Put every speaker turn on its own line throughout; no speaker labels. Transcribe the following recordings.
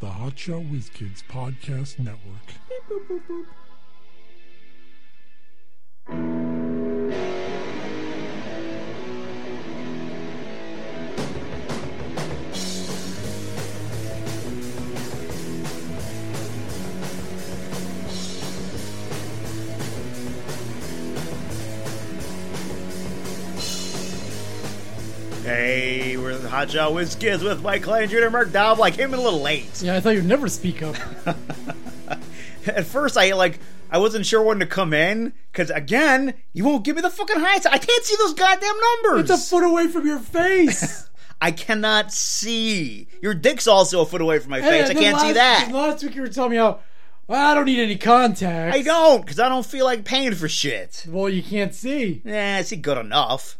the Hotshot Whiz Kids Podcast Network.
Hey, we're the Hot Shot Whiz Kids with Mike Klein Jr. Mark Dobb. Like him a little late.
Yeah, I thought you'd never speak up.
At first, I like I wasn't sure when to come in because again, you won't give me the fucking high side. I can't see those goddamn numbers.
It's a foot away from your face.
I cannot see. Your dick's also a foot away from my
Hey,
face. I
then
can't see
last-
that.
Last week you were telling me how well, I don't need any contact.
I don't because I don't feel like paying for shit.
Well, you can't see.
Nah, I see good enough.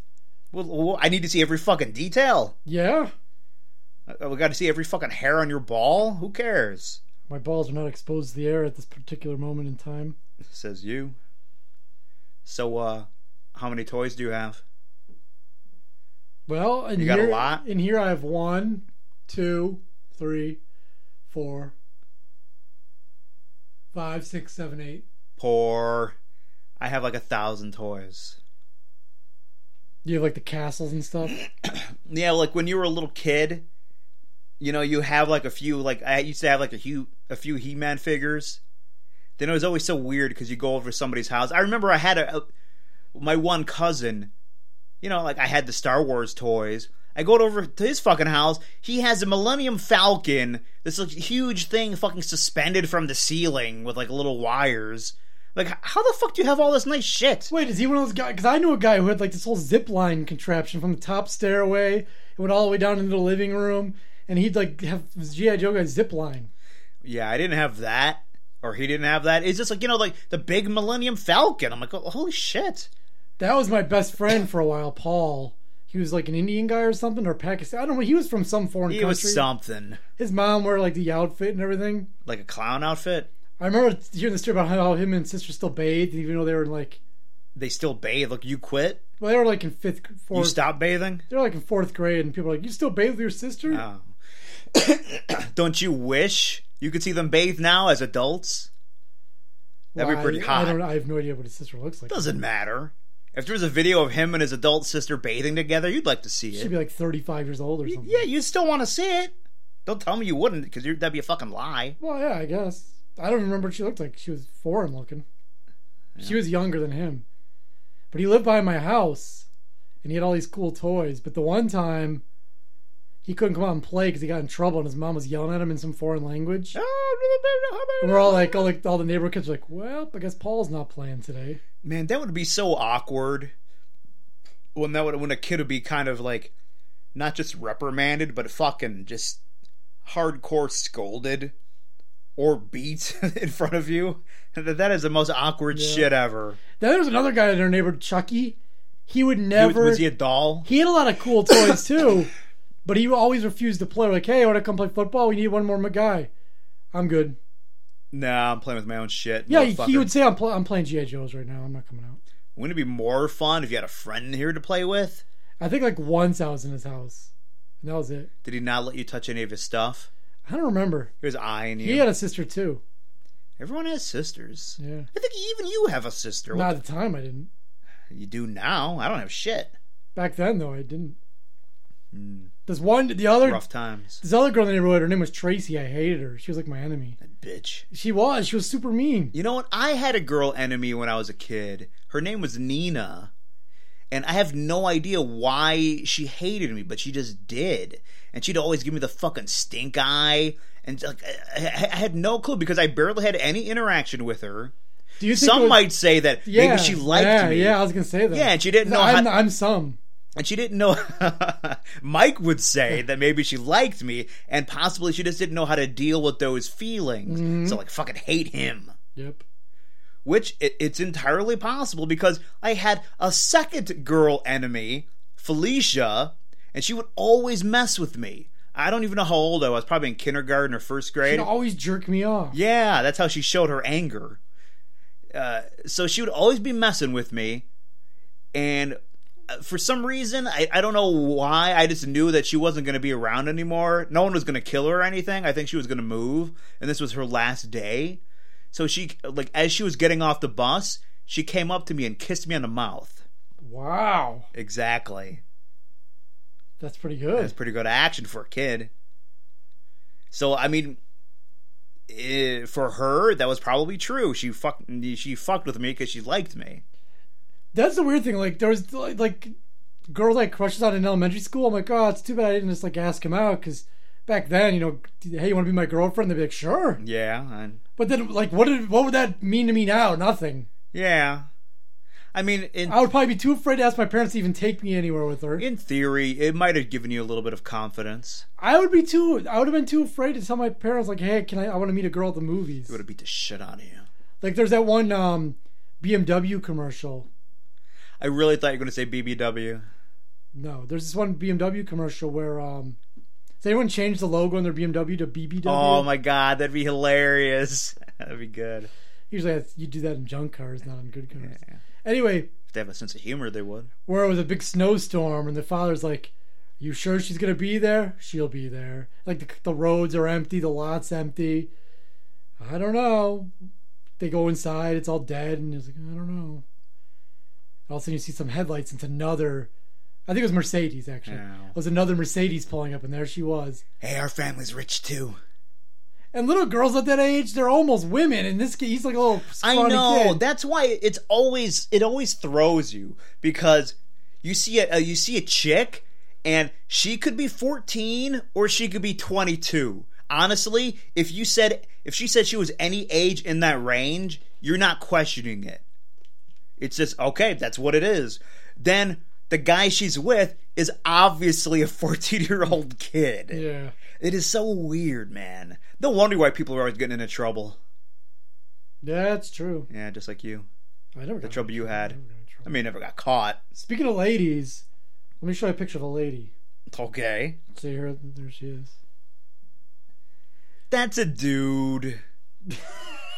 Well, well, I need to see every fucking detail.
Yeah,
Uh, We got to see every fucking hair on your ball. Who cares?
my balls are not exposed to the air at this particular moment in time.
Says you. So, uh, how many toys do you have?
Well, in
You
here,
got a lot?
In here, I have one, two, three, four, five, six, seven, eight.
Poor. I have like a thousand toys.
You have like the castles and stuff.
Yeah, like when you were a little kid, you know, you have like a few. Like I used to have like a few, a few He-Man figures. Then it was always so weird because you go over to somebody's house. I remember I had a, a my one cousin. You know, like I had the Star Wars toys. I go over to his fucking house. He has a Millennium Falcon, this like, huge thing, fucking suspended from the ceiling with like little wires. Like, h- how the fuck do you have all this nice shit?
Wait, is he one of those guys? Because I knew a guy who had like this whole zip line contraption from the top stairway. It went all the way down into the living room, and he'd like have this GI Joe guy zip line.
yeah, I didn't have that, or he didn't have that. It's just like you know, like the big Millennium Falcon. I'm like, oh, holy shit!
That was my best friend for a while, Paul. He was like an Indian guy or something, or Pakistan. I don't know. He was from some foreign
It
country.
was something
His mom wore like the outfit and everything.
like a clown outfit.
I remember hearing the story about how him and sister still bathed, even though they were like,
They still bathe. Like you quit,
well, they were like in fifth,
you
fourth.
stop bathing.
They were like in fourth grade, and people were like, "You still bathe with your sister?"
Oh. Don't you wish you could see them bathe now as adults? That'd
Well,
be pretty
I,
hot.
I don't. I have no idea what his sister looks like.
Doesn't matter. If there was a video of him and his adult sister bathing together, you'd like to see
She'd
it.
be like oh. thirty-five years old or something.
Yeah, you'd still want to see it. Don't tell me you wouldn't, because that'd be a fucking lie.
Well, yeah, I guess. I don't remember what she looked like. She was foreign looking. She was younger than him. But he lived by my house and he had all these cool toys. But the one time he couldn't come out and play because he got in trouble and his mom was yelling at him in some foreign language. And we're all like, all, like, all the neighbor kids were like, well, I guess Paul's not playing today.
Man, that would be so awkward. When that would, when a kid would be kind of like, not just reprimanded, but fucking just hardcore scolded or beat in front of you. That that is the most awkward
Yeah.
shit ever.
Then there was another guy in our neighborhood, Chucky. He would
He was-
never.
was he a doll?
he had a lot of cool toys too, but he always refused to play. We're like, hey, I want to come play football. We need one more guy. I'm good.
Nah, I'm playing with my own shit.
Yeah, he-
motherfucker.
he would say I'm, pl- I'm playing GI Joes right now. I'm not coming out.
Wouldn't it be more fun if you had a friend here to play with?
I think like once I was in his house, and that was it.
Did he not let you touch any of his stuff?
I don't remember.
He was eyeing you.
He had a sister too.
Everyone has sisters.
Yeah.
I think even you have a sister.
Not at the time I didn't.
You do now. I don't have shit.
Back then though I didn't. This one, the other,
Hmm. Rough times.
this other girl in the neighborhood. Her name was Tracy. I hated her. She was like my enemy.
Bitch.
She was. She was super mean.
You know what? I had a girl enemy when I was a kid. Her name was Nina. And I have no idea why she hated me, but she just did. And she'd always give me the fucking stink eye. And like, I, I- I had no clue because I barely had any interaction with her.
Do you think it
Some
was-
might say that
Yeah,
maybe she liked
yeah,
me.
Yeah, I was gonna say that.
Yeah, and she didn't know
I'm,
how-
I'm some.
And she didn't know. Mike would say that maybe she liked me, and possibly she just didn't know how to deal with those feelings.
Mm-hmm.
So, like, fucking hate him.
Yep.
which it, it's entirely possible because I had a second girl enemy, Felicia, and she would always mess with me. I don't even know how old I was, probably in kindergarten or first grade.
She'd always jerk me off.
yeah, that's how she showed her anger. Uh, so she would always be messing with me, and for some reason, I, I don't know why, I just knew that she wasn't going to be around anymore. No one was going to kill her or anything. I think she was going to move, and this was her last day. So she, like, as she was getting off the bus, she came up to me and kissed me on the mouth.
Wow,
Exactly.
that's pretty good.
That's pretty good action for a kid. So, I mean, eh, for her, that was probably true. She fucked, she fucked with me because she liked me.
That's the weird thing. Like there was like, like girls I crushes on in elementary school. I'm like, oh, it's too bad I didn't just like ask him out because back then, you know, hey, you want to be my girlfriend? They'd be like, sure.
Yeah. And
But then, like, what did what would that mean to me now? Nothing.
yeah. I mean, in,
I would probably be too afraid to ask my parents to even take me anywhere with her.
in theory, it might have given you a little bit of confidence.
I would be too. I would have been too afraid to tell my parents, like, hey, can I? I want to meet a girl at the movies.
It would have beat the shit out of you.
Like, there's that one um, BMW commercial.
I really thought you were going to say BBW.
No, there's this one BMW commercial where um, does anyone change the logo on their BMW to BBW?
Oh my god, that'd be hilarious. that'd be good.
Usually, that's, you do that in junk cars, not on good cars. Anyway,
If they have a sense of humor, they would.
where it was a big snowstorm, and the father's like, "You sure she's gonna be there? She'll be there." Like the, the roads are empty, the lot's empty. I don't know. They go inside, it's all dead, and he's like, "I don't know." All of a sudden, you see some headlights. It's another. I think it was Mercedes actually.
Yeah.
It was another Mercedes pulling up, and there she was.
Hey, our family's rich too.
And little girls at that age, they're almost women. And this kid, he's like a little.
I
scrawny
know.
kid.
That's why it's always it always throws you because you see a uh, you see a chick and she could be 14 or she could be 22. Honestly, if you said if she said she was any age in that range, you're not questioning it. It's just okay, that's what it is. Then the guy she's with is obviously a 14-year-old kid.
Yeah.
It is so weird, man. No wonder why people are always getting into trouble.
That's true.
Yeah, just like you.
I never
The trouble you had.
trouble.
I mean, never got caught.
Speaking of ladies, let me show you a picture of a lady.
Okay.
See her? There she is.
That's a dude.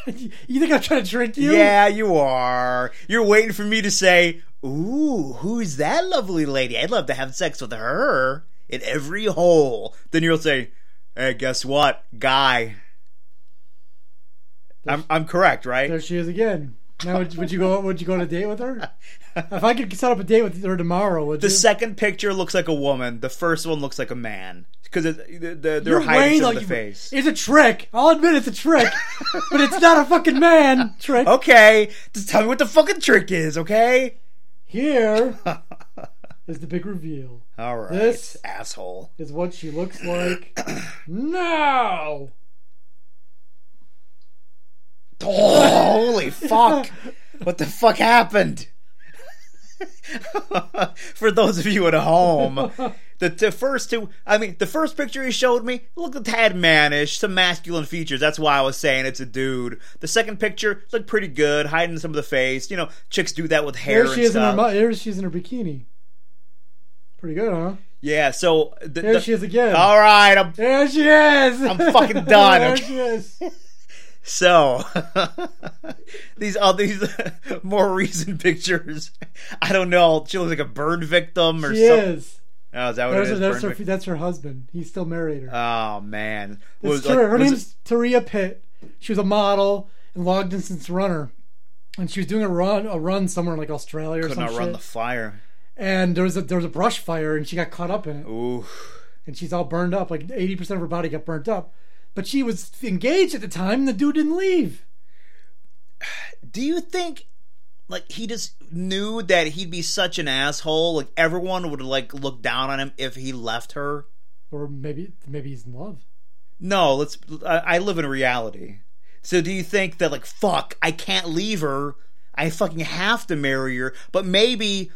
you think I'm trying to trick you?
Yeah, you are. You're waiting for me to say, Ooh, who's that lovely lady? I'd love to have sex with her in every hole. Then you'll say, Hey, guess what? Guy. I'm, I'm correct,
There
right?
she is again. Now would, would you go? Would you go on a date with her? If I could set up a date with her tomorrow, would
The
you?
second picture looks like a woman. The first one looks like a man because the, the, they're
You're way
hiding
like
like the
you-
face.
It's a trick. I'll admit it's a trick, but it's not a fucking man trick.
Oh. Okay, just tell me what the fucking trick is, okay?
Here is the big reveal.
All right,
This-
asshole.
Is what she looks like now.
holy fuck! What the fuck happened? For those of you at home, the, the first two, I mean, the first picture he showed me looked a tad mannish, some masculine features. That's why I was saying it's a dude. The second picture looked pretty good, hiding some of the face. You know, chicks do that with hair
Here she
and
is in her.
stuff.
mu- Here she is in her bikini. Pretty good, huh?
yeah, so the,
There
the-
she is again.
All right, I'm
There she is.
I'm fucking done,
there
okay?
she is.
So these all these more recent pictures, I don't know. She looks like a burn victim or
She
something.
is.
Oh, is that what
There's
it
her,
is?
that's,
Burn
her,
vic-
that's her husband. He's still married her.
oh man,
It's
Was,
true.
like,
her
was
name's Taria Pitt. She was a model and long distance runner, and she was doing a run a run somewhere in like Australia or
could
some
not run the
shit.
fire.
and there was a there was a brush fire, and she got caught up in it,
Ooh,
and she's all burned up. Like eighty percent of her body got burnt up, but she was engaged at the time, and the dude didn't leave.
do you think like he just knew that he'd be such an asshole? Like everyone would like look down on him if he left her.
Or maybe maybe he's in love.
No, let's. I, I live in reality. So do you think that like fuck, I can't leave her. I fucking have to marry her. But maybe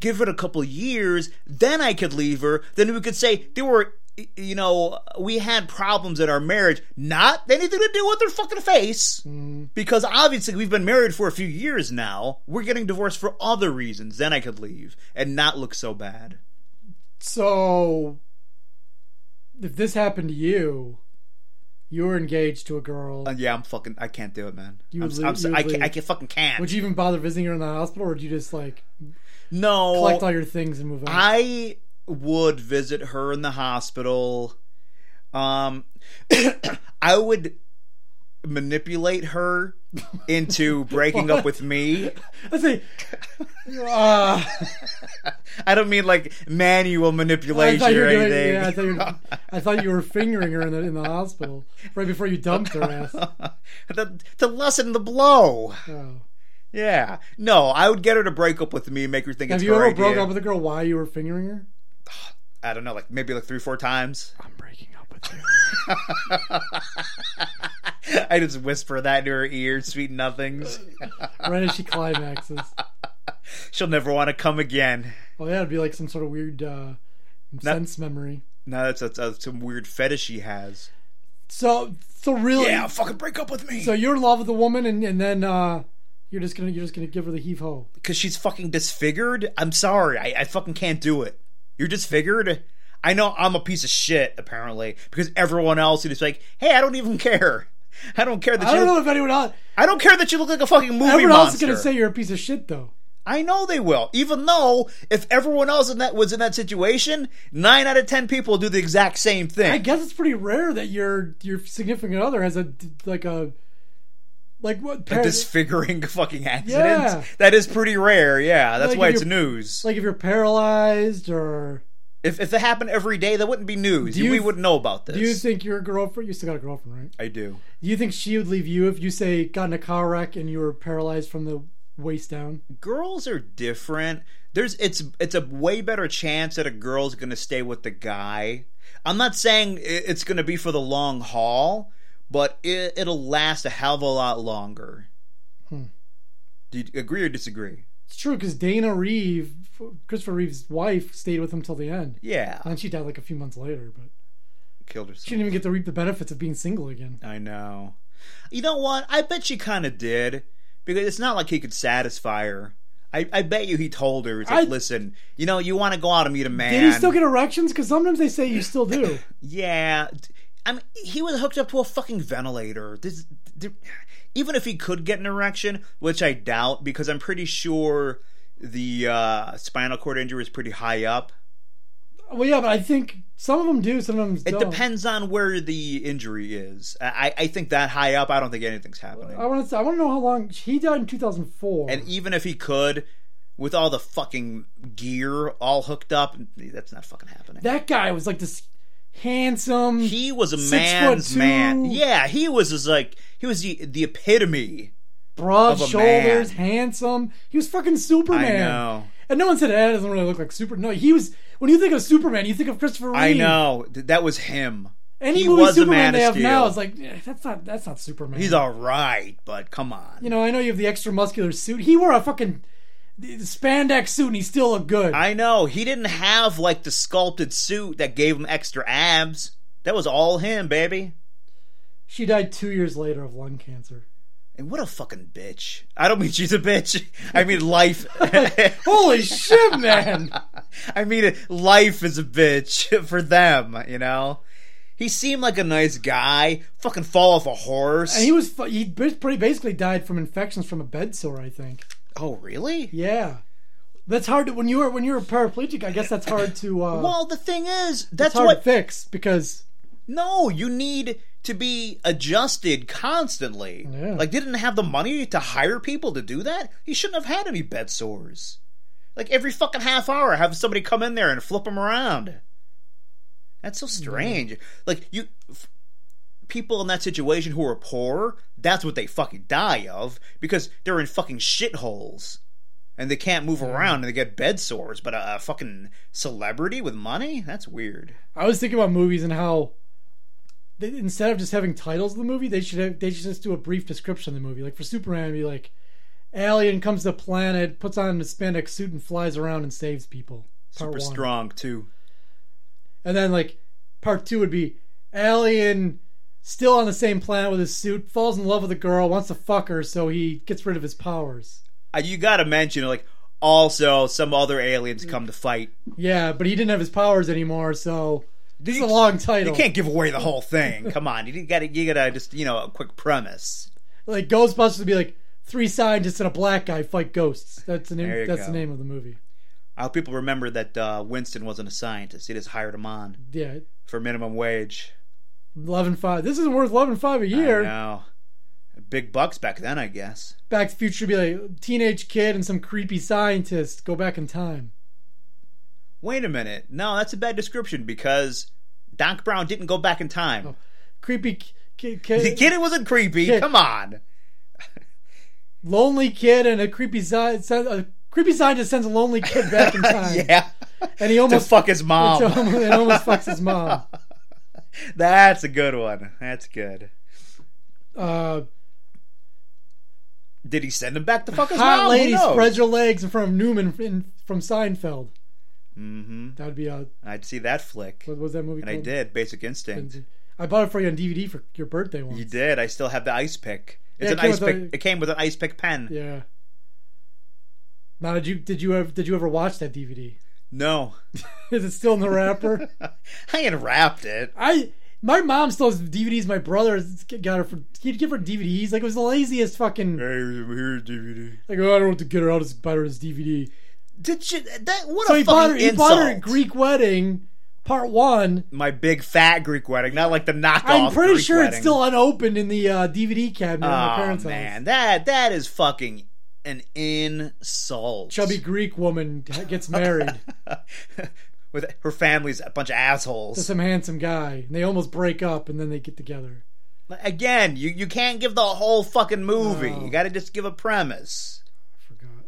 give it a couple years, then I could leave her. Then we could say there were, you know, we had problems in our marriage, not anything to do with her fucking face.
Mm.
Because obviously we've been married for a few years now. We're getting divorced for other reasons. Then I could leave and not look so bad.
So, if this happened to you, You were engaged to a girl.
Uh, yeah, I'm fucking. I can't do it, man.
You
I'm,
would
I'm,
lea-
so-
you
I
would
can't. I
leave.
can fucking can't.
Would you even bother visiting her in the hospital, or would you just like
no,
collect all your things and move on?
I would visit her in the hospital. Um, I would manipulate her into breaking up with me.
Let's see. Uh,
I don't mean like manual
I
manipulation
thought you
or
were doing,
anything.
yeah, I thought, you were, I thought you were fingering her in the, in the hospital right before you dumped her ass.
The- to lessen the blow.
Oh.
Yeah. No, I would get her to break up with me, make her think
Have
it's
you
her
ever
idea.
broke up with a girl while you were fingering her?
I don't know, like maybe like three, four times.
I'm breaking up with you.
I just whisper that into her ear, sweet nothings.
right as she climaxes.
She'll never want to come again.
Oh yeah, it'd be like some sort of weird uh, sense memory.
No, that's, that's, that's some weird fetish she has.
So so really,
Yeah, fucking break up with me.
so you're in love with a woman, and, and then uh, you're just gonna you're just gonna give her the heave ho.
Because she's fucking disfigured? I'm sorry. I, I fucking can't do it. You're disfigured? I know I'm a piece of shit, apparently. Because everyone else is just like, hey, I don't even care. I don't care that
I
you.
don't know if anyone else
I don't care that you look like a fucking movie
everyone
monster.
else is gonna say you're a piece of shit though.
I know they will. Even though if everyone else in that was in that situation, nine out of ten people do the exact same thing.
I guess it's pretty rare that your your significant other has a d- like a like what
a
par-
disfiguring fucking accident.
Yeah.
That is pretty rare, yeah. That's
Like,
why
if
it's
you're-
news.
like if you're paralyzed or
if if it happened every day, that wouldn't be news.
Do you-
we wouldn't know about this.
do you think your girlfriend you still got a girlfriend right?
I do.
Do you think she would leave you if you say got in a car wreck and you were paralyzed from the waist down?
Girls are different. There's it's it's a way better chance that a girl's gonna stay with the guy. I'm not saying i- it's gonna be for the long haul, but it, it'll last a hell of a lot longer.
Hmm.
Do you agree or disagree?
It's true because Dana Reeve, Christopher Reeve's wife, stayed with him till the end,
Yeah,
and then she died like a few months later. But
killed herself.
she didn't even get to reap the benefits of being single again.
I know. You know what? I bet she kind of did because it's not like he could satisfy her. I, I bet you he told her, he's like,
I-
listen, you know, you want to go out and meet a man.
Did he still get erections? Because sometimes they say you still do.
Yeah. d- I mean, he was hooked up to a fucking ventilator. This, th- even if he could get an erection, which I doubt because I'm pretty sure the uh, spinal cord injury is pretty high up.
well, yeah, but I think some of them do, some of them
It
don't.
depends on where the injury is. I, I I think that high up, I don't think anything's happening.
I want to. I want to know how long he died in 2004.
And even if he could, with all the fucking gear all hooked up, that's not fucking happening.
that guy was like this handsome.
he was a
Six
man's
foot two.
man. Yeah, he was just like he was the the epitome.
broad
of a
shoulders,
man.
handsome. He was fucking Superman.
I know.
And no one said, "Eh, doesn't really look like Superman." No, he was. When you think of Superman, you think of Christopher Reeve.
I know. Th- That was him.
Any
He
movie
was a
Superman
man
they
of
have
steel.
now is like eh, that's not that's not Superman.
He's all right, but come on.
you know, I know you have the extra muscular suit. He wore a fucking spandex suit and he still looked good.
I know. He didn't have like the sculpted suit that gave him extra abs. That was all him, baby.
she died two years later of lung cancer.
And what a fucking bitch. I don't mean she's a bitch. I mean life.
Holy shit, man!
I mean, life is a bitch for them, you know? He seemed like a nice guy. Fucking fall off a horse.
And he was fu- he ba- pretty basically died from infections from a bed sore, I think.
oh, really?
Yeah, that's hard to when you were when you're a paraplegic. I guess that's hard to uh,
Well, the thing is,
that's
that's
hard
what.
to fix because
no, you need to be adjusted constantly.
Yeah.
Like, didn't have the money to hire people to do that? He shouldn't have had any bed sores. Like, every fucking half hour, have somebody come in there and flip him around. That's
Mm.
so strange. Like, you. f- people in that situation who are poor, that's what they fucking die of because they're in fucking shitholes and they can't move around and they get bed sores. But a, a fucking celebrity with money? That's weird.
I was thinking about movies and how they, instead of just having titles of the movie, they should have, they should just do a brief description of the movie. Like for Superman, it'd be like alien comes to planet, puts on a spandex suit and flies around and saves people. Part
Super
one.
strong, too.
And then like part two would be alien still on the same planet with his suit, falls in love with a girl, wants to fuck her, so he gets rid of his powers.
Uh, You gotta mention, like, also some other aliens come to fight.
Yeah, but he didn't have his powers anymore, so
Dude,
It's
you-
a long title.
You can't give away the whole thing. Come on, you got to you got to just you know a quick premise.
like Ghostbusters would be like three scientists and a black guy fight ghosts. That's the
There you
name. That's
go.
the name of the movie.
I hope people remember that uh, Winston wasn't a scientist. He just hired him on
Yeah,
for minimum wage.
eleven five. This isn't worth eleven five a
I
year.
know. Big bucks back then, I guess.
Back to the Future would be like teenage kid and some creepy scientist go back in time.
Wait a minute. No, that's a bad description because Doc Brown didn't go back in time.
Creepy kid,
The
kid,
kid it wasn't creepy.
Yeah.
Come on.
lonely kid, and a creepy scientist. A creepy scientist sends a lonely kid back in time,
Yeah.
and he
To
almost
fuck his mom.
and almost fucks his mom.
That's a good one. That's good.
Uh,
Did he send him back to fuck his
hot
mom?
lady
Who knows?
spread your legs in front of Newman in, from Seinfeld.
hmm
That would be a
I'd see that flick,
what was that movie
and I
called?
did. Basic Instinct.
I bought it for you on DVD for your birthday once.
You did. I still have the ice pick. It's
Yeah, it
an
came
ice
with
pick.
a-
It came with an ice pick pen.
Yeah. Now did you did you ever did you ever watch that DVD?
No,
Is it still in the wrapper?
I unwrapped it.
I my mom still has DVDs. My brother got her for he'd give her DVDs. Like it was the laziest fucking.
Here's DVD.
Like oh, I don't want to get her out. It's better as DVD.
Did you? That what
So
a
he
fucking
bought her. He
insult.
bought her at Greek Wedding, Part One.
My big fat Greek wedding, not like the knockoff.
I'm pretty
Greek
sure it's
wedding.
still unopened in the uh, DVD cabinet in my
Oh
parents'
man,
house.
that that is fucking an insult.
Chubby Greek woman gets married
with her family's a bunch of
to
assholes.
some handsome guy, and they almost break up, and then they get together.
Again, you you can't give the whole fucking movie.
No.
You got to just give a premise.
I forgot.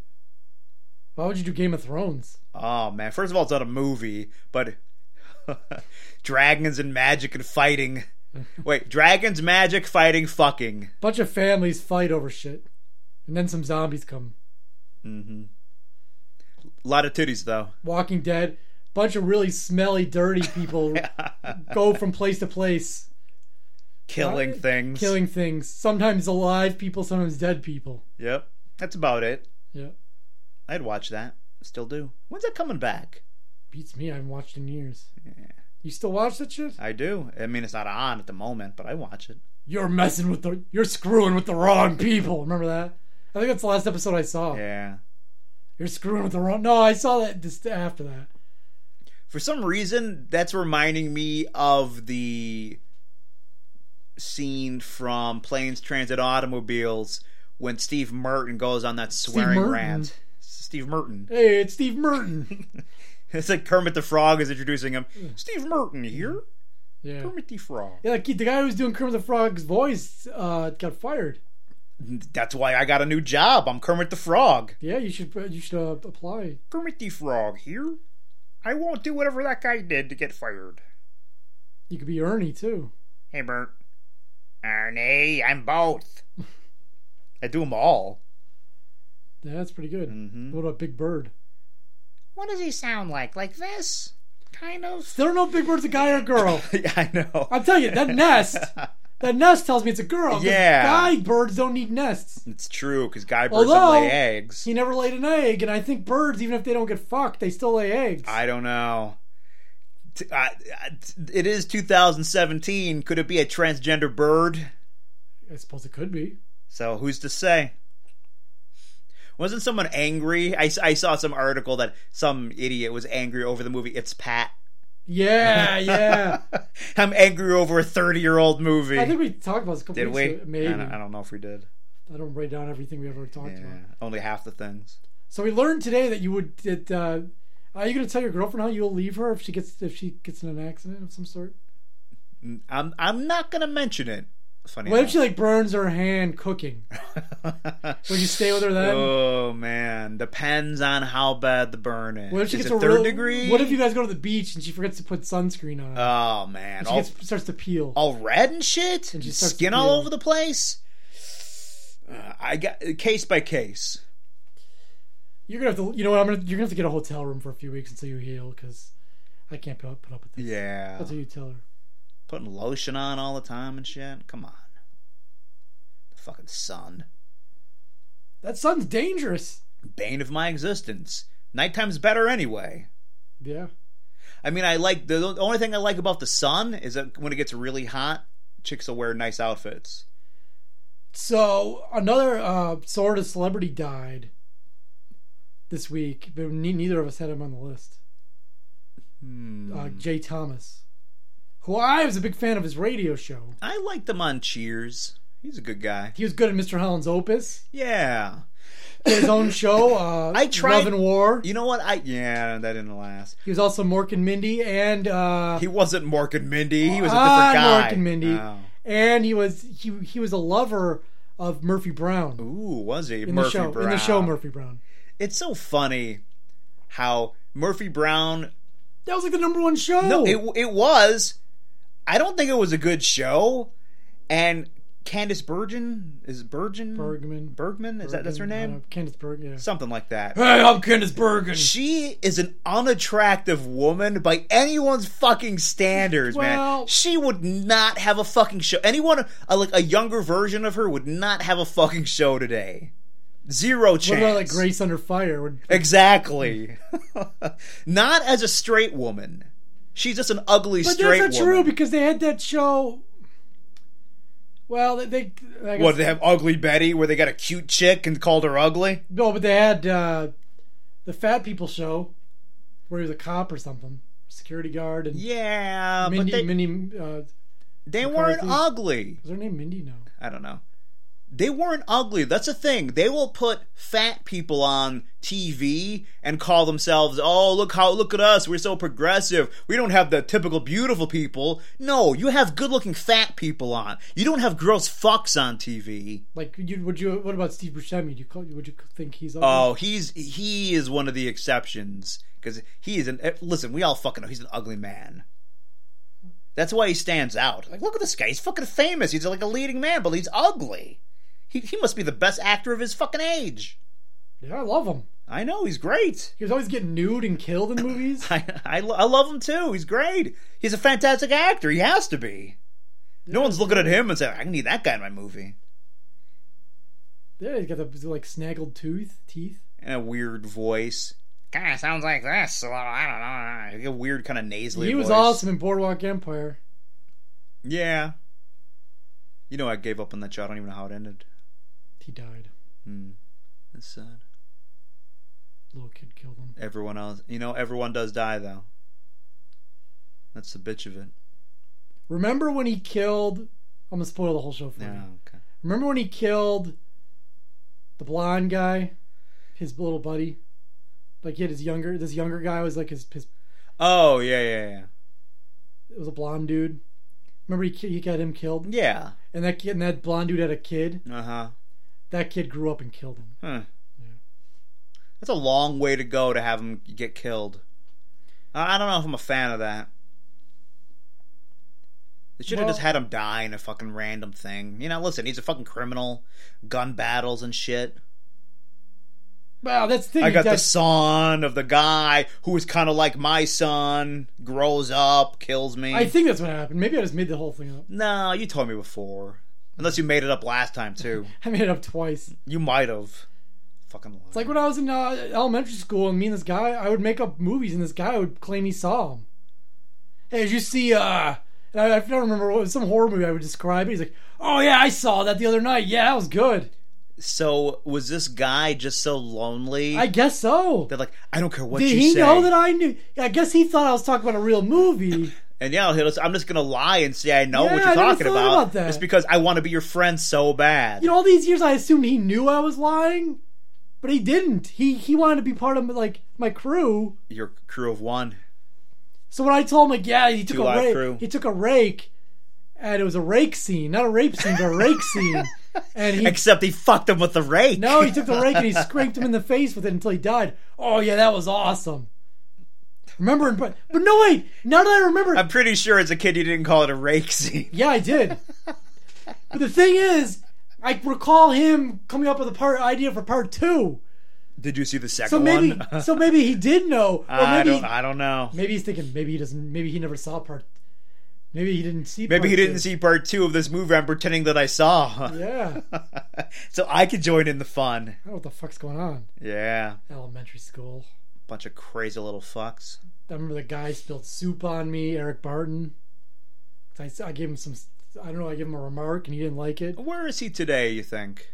Why would you do Game of Thrones?
Oh man, first of all, it's not a movie, but dragons and magic and fighting. Wait, dragons, magic, fighting, fucking.
Bunch of families fight over shit, and then some zombies come.
A lot of titties though.
Walking Dead. Bunch of really smelly, dirty people go from place to place,
Killing
Right.
things.
killing things. Sometimes alive people, sometimes dead people.
Yep. That's about it.
Yeah,
I'd watch that. Still do. When's that coming back?
beats me. I haven't watched in years. You still watch that shit?
I do. I mean, it's not on at the moment, but I watch it.
You're messing with the. You're screwing with the wrong people. Remember that? I think that's the last episode I saw.
Yeah.
You're screwing with the wrong. No, I saw that just after that.
For some reason, that's reminding me of the scene from Planes, Transit, Automobiles when Steve Merton goes on that swearing
Merton.
rant. Steve Merton.
Hey, it's Steve Merton.
It's like Kermit the Frog is introducing him. Steve Merton here.
yeah.
Kermit the Frog.
Yeah, like the guy who was doing Kermit the Frog's voice uh, got fired.
That's why I got a new job. I'm Kermit the Frog.
Yeah, you should you should uh, apply.
Kermit the Frog here. I won't do whatever that guy did to get fired.
You could be Ernie too.
Hey, Bert. Ernie, I'm both. I do them all.
Yeah, that's pretty good.
Mm-hmm.
What about Big Bird?
What does he sound like? Like this? Kind of.
Still don't know if Big Bird's a guy or a girl.
yeah, I know.
I'm telling you, that nest, that nest tells me it's a girl. 'cause
Yeah.
guy birds don't need nests.
It's true, because guy birds
Although-
don't lay eggs.
He never laid an egg, and I think birds, even if they don't get fucked, they still lay eggs.
I don't know. T- I- I- t- It is 2017. Could it be a transgender bird?
I suppose it could be.
So who's to say? Wasn't someone angry? I, s- I saw some article that some idiot was angry over the movie It's Pat.
Yeah, yeah.
I'm angry over a 30 year old movie.
I think we talked about this a couple
Did
weeks
we?
ago. Maybe.
I, don't, I don't know if we did.
I don't write down everything we ever talked
Yeah,
about.
only half the things.
So we learned today that you would that uh, are you going to tell your girlfriend how you'll leave her if she gets if she gets in an accident of some sort?
I'm I'm not gonna mention it. Funny.
What if she like burns her hand cooking? Would you stay with her then?
Oh man, depends on how bad the burn is.
What if she
Is
gets
it
a
third
real-
degree?
What if you guys go to the beach and she forgets to put sunscreen on?
Oh man,
she
all,
gets, starts to peel.
all red and shit,
And she starts
skin all
peeling.
over the place. Uh, I got case by case.
You're gonna have to. You know what? I'm gonna. You're gonna have to get a hotel room for a few weeks until you heal, because I can't put up, put up with this.
Yeah,
That's what you tell her.
putting lotion on all the time and shit. Come on, the fucking sun,
That sun's dangerous.
bane of my existence. Nighttime's better anyway.
Yeah.
I mean, I like the, the only thing I like about the sun is that when it gets really hot, chicks will wear nice outfits.
So another uh, sort of celebrity died this week, but ne- neither of us had him on the list.
Hmm.
Uh, Jay Thomas, who I was a big fan of his radio show.
I liked him on Cheers. He's a good guy.
He was good at Mr. Holland's Opus.
Yeah.
He had his own show. Uh,
I tried-
Love and War.
You know what? I yeah, that didn't last.
He was also Mork and Mindy, and uh,
He wasn't Mark and Mindy. He was a different
Ah,
guy.
Mork and Mindy.
Oh.
and he was he he was a lover of Murphy Brown
Ooh, was he
in
Murphy
the show
Brown?
in the show Murphy Brown.
It's so funny how Murphy Brown.
That was like the number one show.
No, it it was. I don't think it was a good show. And Candace Bergen is it Bergen
Bergman.
Bergman is that that's her
Bergen, I don't
name?
know, Candace Bergen. Yeah.
Something like that.
Hey, I'm Candace Bergen.
She is an unattractive woman by anyone's fucking standards, man.
Well-
She would not have a fucking show. Anyone a, like a younger version of her would not have a fucking show today. Zero chance.
What about like Grace Under Fire? Would-
Exactly. not as a straight woman. She's just an ugly
But
straight
that's not
woman.
true because they had that show. Well, they, they I guess,
What they have Ugly Betty, where they got a cute chick and called her ugly?
no, but they had uh, the fat people show where he was a cop or something, security guard, and
Yeah,
Mindy.
but they,
Mindy, uh,
they weren't
McCarthy.
ugly.
is her name Mindy? No,
I don't know. They weren't ugly. That's the thing. They will put fat people on TV and call themselves, "Oh, look how look at us. We're so progressive. We don't have the typical beautiful people." No, you have good-looking fat people on. You don't have gross fucks on TV.
like you would you? What about Steve Buscemi? Do you call, would you think he's? ugly?
Oh, he's he is one of the exceptions because he is an eh, listen. We all fucking know he's an ugly man. That's why he stands out. Like, look at this guy. He's fucking famous. He's like a leading man, but he's ugly. He he must be the best actor of his fucking age.
yeah, I love him.
I know he's great.
He was always getting nude and killed in movies.
I I, lo- I love him too. He's great. He's a fantastic actor. He has to be. No one's looking at him and saying, "I need that guy in my movie."
yeah, he's got the like snaggled tooth teeth.
And a weird voice. Kind of sounds like this. Well, I don't know. Like a weird kind of nasally.
he was
voice.
awesome in Boardwalk Empire.
Yeah. You know, I gave up on that show. I don't even know how it ended.
He died.
Hmm. That's sad.
Little kid killed him.
Everyone else, you know, everyone does die though. That's the bitch of it.
Remember when he killed? I'm gonna spoil the whole show for you.
Yeah. Oh, Okay.
Remember when he killed the blonde guy, his little buddy? Like he had his younger, this younger guy was like his, his
Oh yeah, yeah, yeah.
it was a blonde dude. Remember he ki- he got him killed,
Yeah.
and that kid, and that blonde dude had a kid.
Uh huh.
That kid grew up and killed him.
Huh.
Yeah.
That's a long way to go to have him get killed. I I don't know if I'm a fan of that. They should have
Well-
just had him die in a fucking random thing. You know, listen, he's a fucking criminal, gun battles and shit.
Wow, that's the thing.
I
he
got the
died-
son of the guy who is kind of like my son, grows up, kills me.
I think that's what happened. Maybe I just made the whole thing up.
no, you told me before. Unless you made it up last time too.
I made it up twice.
you might have. Fucking liar.
It's like when I was in uh, elementary school and me and this guy, I would make up movies and this guy would claim he saw him. Hey, did you see, uh, and I, I don't remember what, some horror movie I would describe it. He's like, oh yeah, I saw that the other night. Yeah, that was good.
so was this guy just so lonely?
I guess so.
They're like, I don't care what
Did
you
he
say.
know that I knew? I guess he thought I was talking about a real movie.
and yeah, he'll just, I'm just gonna lie and say I know
Yeah,
what
I
you're
never
talking
thought
about.
about that.
It's because I want to be your friend so bad.
you know, all these years I assumed he knew I was lying, but he didn't. He he wanted to be part of like my crew.
your crew of one.
So when I told him, like, yeah, he took
Two
a
live
rake.
crew.
He took a rake, and it was a rake scene, not a rape scene, but a rake scene. And he
Except he fucked him with the rake.
no, he took the rake and he scraped him in the face with it until he died. Oh yeah, that was awesome. Remember, but but no wait. Now that I remember,
I'm pretty sure as a kid you didn't call it a rake scene.
yeah, I did. but the thing is, I recall him coming up with a part idea for part two.
Did you see the second
So maybe,
one?
so maybe he did know, or
I
maybe
don't. I don't know.
maybe he's thinking maybe he doesn't. Maybe he never saw part. Maybe he didn't see.
Maybe
part
he didn't
two.
see part two of this movie. I'm pretending that I saw,
Yeah, I
so I could join in the fun.
don't know what the fuck's going on.
Yeah,
Elementary school.
bunch of crazy little fucks.
I remember the guy spilled soup on me, Eric Barton. 'Cause I, s- I gave him some. I don't know. I gave him a remark and he didn't like it.
Where is he today? You think?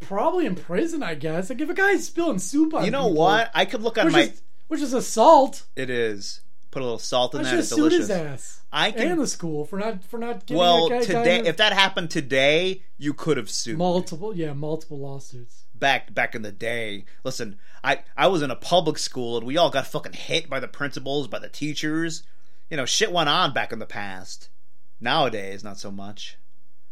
Probably in prison, I guess. Like if a guy's spilling soup on
You know
people,
what? I could look on
Which
my.
is which is assault.
It is. Put a little salt in
I
that.
should
It's
sued his
delicious.
ass
I
and
can.
the school for not for not giving
Well,
that guy
today,
time to-
if that happened today, you could have sued
multiple yeah multiple lawsuits.
back back in the day. Listen, I I was in a public school and we all got fucking hit by the principals, by the teachers. You know, shit went on back in the past. Nowadays, not so much.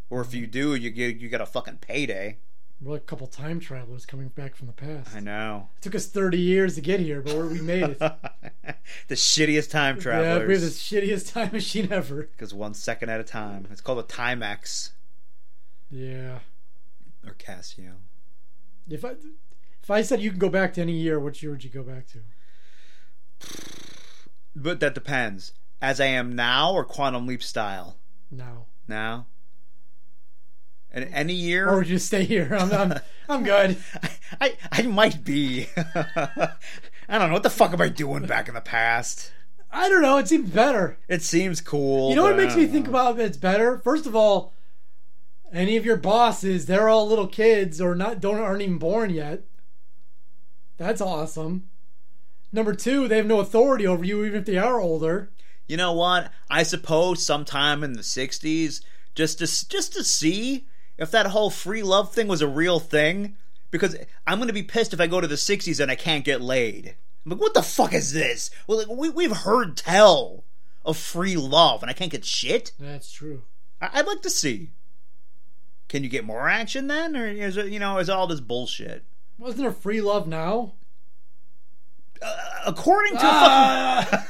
Or if you do, you get you got a fucking payday.
We're like a couple time travelers coming back from the past.
I know.
It took us 30 years to get here, but we're- we made it.
the shittiest time
yeah, we have the
travelers.
shittiest time machine ever.
Because one second at a time. It's called a Timex
Yeah.
or Casio.
If I if I said you can go back to any year, which year would you go back to?
But that depends. As I am now or quantum leap style?
No.
Now? And any year?
Or would you just stay here? I'm I'm, I'm good.
I, I might be. I don't know. What the fuck am I doing back in the past?
I don't know. It seems better.
It seems cool.
You know what
but uh, I
makes me
don't
think
know.
about it's better? First of all, any of your bosses, they're all little kids or not don't aren't even born yet. That's awesome. Number two, they have no authority over you even if they are older.
You know what? I suppose sometime in the 60s, just to, just to see if that whole free love thing was a real thing. Because I'm going to be pissed if I go to the 60s and I can't get laid. I'm like, what the fuck is this? Well, like, we, we've heard tell of free love and I can't get shit.
That's true.
I- I'd like to see. Can you get more action then, or is it you know is all this bullshit?
Wasn't there free love now?
According to
Ah.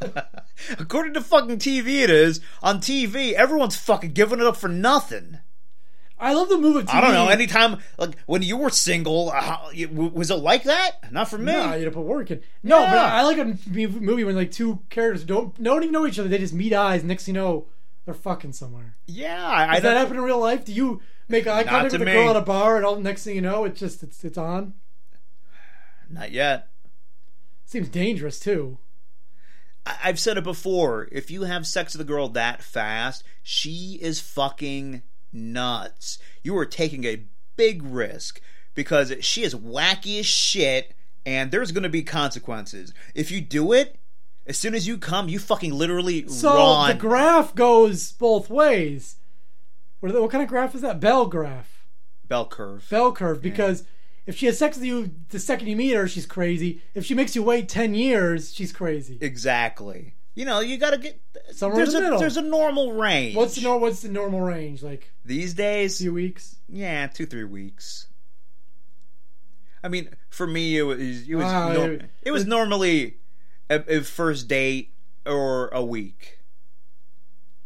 fucking, according to fucking TV, it is on TV. Everyone's fucking giving it up for nothing.
I love the move of TV.
I don't know. Anytime like when you were single, uh, how, you- w- was it like that? Not for me.
Nah, you had to put work in. No, but
Yeah.
I like a m- movie when like two characters don't don't even know each other. They just meet eyes. Next thing you know, they're fucking somewhere.
yeah, I, I
Does that
don't.
happen in real life? Do you make eye
Not
contact
to
with a
me.
girl at a bar, and all next thing you know, it's just it's it's on.
Not yet.
Seems dangerous too.
I- I've said it before. If you have sex with a girl that fast, she is fucking nuts. You are taking a big risk because she is wacky as shit, and there's going to be consequences. If you do it, as soon as you come, you fucking literally
So the
run.
graph goes both ways. What, are the, what kind of graph is that? Bell graph.
bell curve.
bell curve because if she has sex with you the second you meet her, she's crazy. If she makes you wait ten years, she's crazy.
exactly. You know, you got to get
Somewhere in
there's
the
a
middle.
there's a normal range.
What's the nor- what's the normal range? Like
These days,
few weeks?
yeah, two three weeks. I mean, for me, it was it was,
Wow,
nor-
it-
it was normally a, a first date or a week.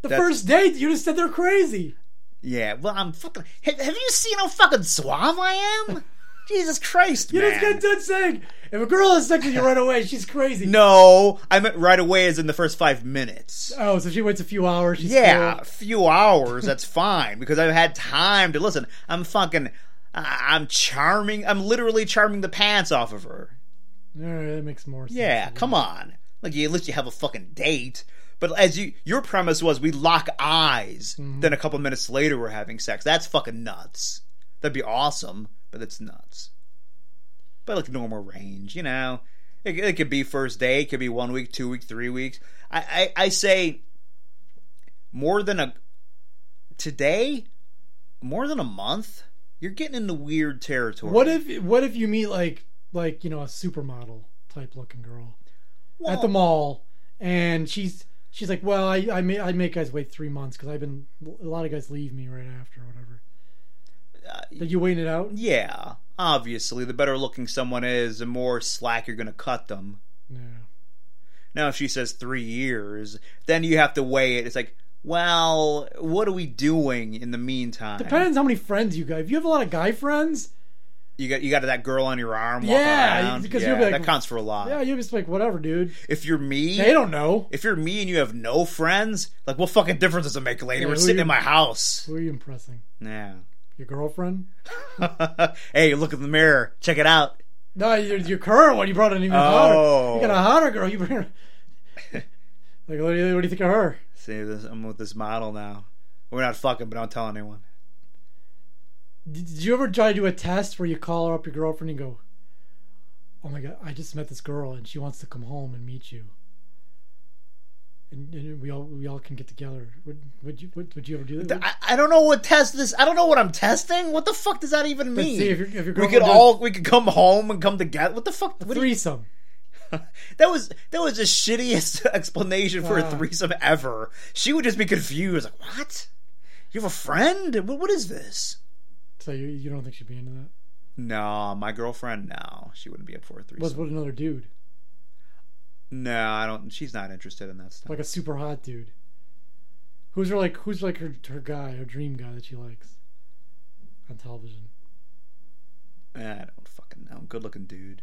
The
That's-
first date, you just said they're crazy.
Yeah, well, I'm fucking. Have, have you seen how fucking suave I am? Jesus Christ,
You
man!
just got done saying if a girl has sex with you right away, she's crazy.
no, I meant right away, as in the first five minutes.
Oh, so she waits a few hours. She's
Yeah,
cool.
a few hours. That's fine because I've had time to listen. I'm fucking. I- I'm charming. I'm literally charming the pants off of her.
All right, that makes more sense.
Yeah, come on. Like you, at least you have a fucking date. But as you, your premise was we lock eyes.
Mm-hmm.
Then a couple minutes later, we're having sex. That's fucking nuts. That'd be awesome, but it's nuts. But like normal range, you know, it, it could be first day, it could be one week, two week, three weeks. I, I, I say more than a today, more than a month. You're getting into weird territory.
What if what if you meet like like you know a supermodel type looking girl at the
Well, uh,
mall, and she's she's like, "Well, I I, ma- I make guys wait three months because I've been a lot of guys leave me right after or whatever."
uh,
That you waiting it out?
Yeah, obviously, the better looking someone is, the more slack you're going to cut them.
Yeah.
Now, if she says three years, then you have to weigh it. It's like, well, what are we doing in the meantime?
Depends how many friends you got. If you have a lot of guy friends,
You got you got that girl on your arm.
Yeah,
walking around.
because
yeah,
you'll be like-
that counts for a lot.
yeah, you're just like, whatever, dude.
If you're me,
They don't know.
if you're me and you have no friends, like what fucking difference does it make, lady?
Yeah,
We're
who
sitting
you-
in my house.
Who are you impressing?
Yeah.
Your girlfriend?
hey, look in the mirror. Check it out.
No, your, your current one. You brought an even
Oh.
hotter. You got a hotter girl. You bring. Her. like, what do, you, what do you think of her?
See, this, I'm with this model now. We're not fucking, but don't tell anyone.
Did, did you ever try to do a test where you call up your girlfriend and go, "Oh my god, I just met this girl and she wants to come home and meet you." And, and we all we all can get together. Would would you would, would you ever do that?
I, I don't know what test this. I don't know what I'm testing. What the fuck does that even
Let's
mean?
see if your, if your
we
girlfriend
could
does
all we could come home and come together. What the fuck?
a
What do you-
threesome.
that was that was the shittiest explanation for a
Ah.
threesome ever. She would just be confused. Like, what? You have a friend? What, what is this?
So you you don't think she'd be into that?
No, my girlfriend. No, she wouldn't be up for a
Was
threesome.
with another dude,
No, I don't. She's not interested in that stuff.
like a super hot dude. Who's her like? Who's like her her guy, her dream guy that she likes on television?
Eh, I don't fucking know. Good looking dude.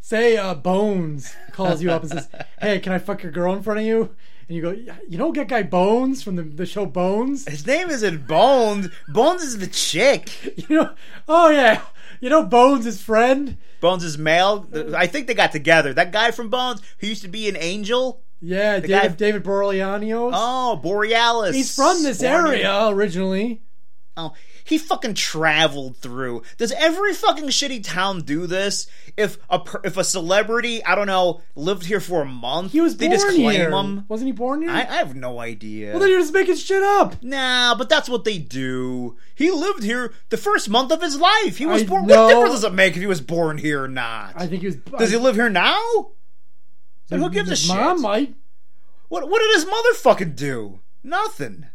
Say uh, Bones calls you up and says, "Hey, can I fuck your girl in front of you?" And you go, "Yeah, "You know, get guy Bones from the, the show Bones.
His name isn't Bones. Bones is the chick.
You know, oh yeah, you know Bones' his friend.
Bones is male. The- I think they got together. That guy from Bones, who used to be an angel.
Yeah,
guy-
David David Boreanaz.
Oh, Borealis.
He's from this
Borneo.
area originally.
Oh, he fucking traveled through. Does every fucking shitty town do this? If a per- if a celebrity, I don't know, lived here for a month,
He was
they
born
just claim
here.
him.
Wasn't he born here?
I, I have no idea.
well, then you're just making shit up.
Nah, but that's what they do. He lived here the first month of his life. He was
I
born.
know.
What difference does it make if he was born here or not?
I think he was.
does he live here now? Then who gives a
his
shit?
Mom might.
What What did his mother fucking do? Nothing.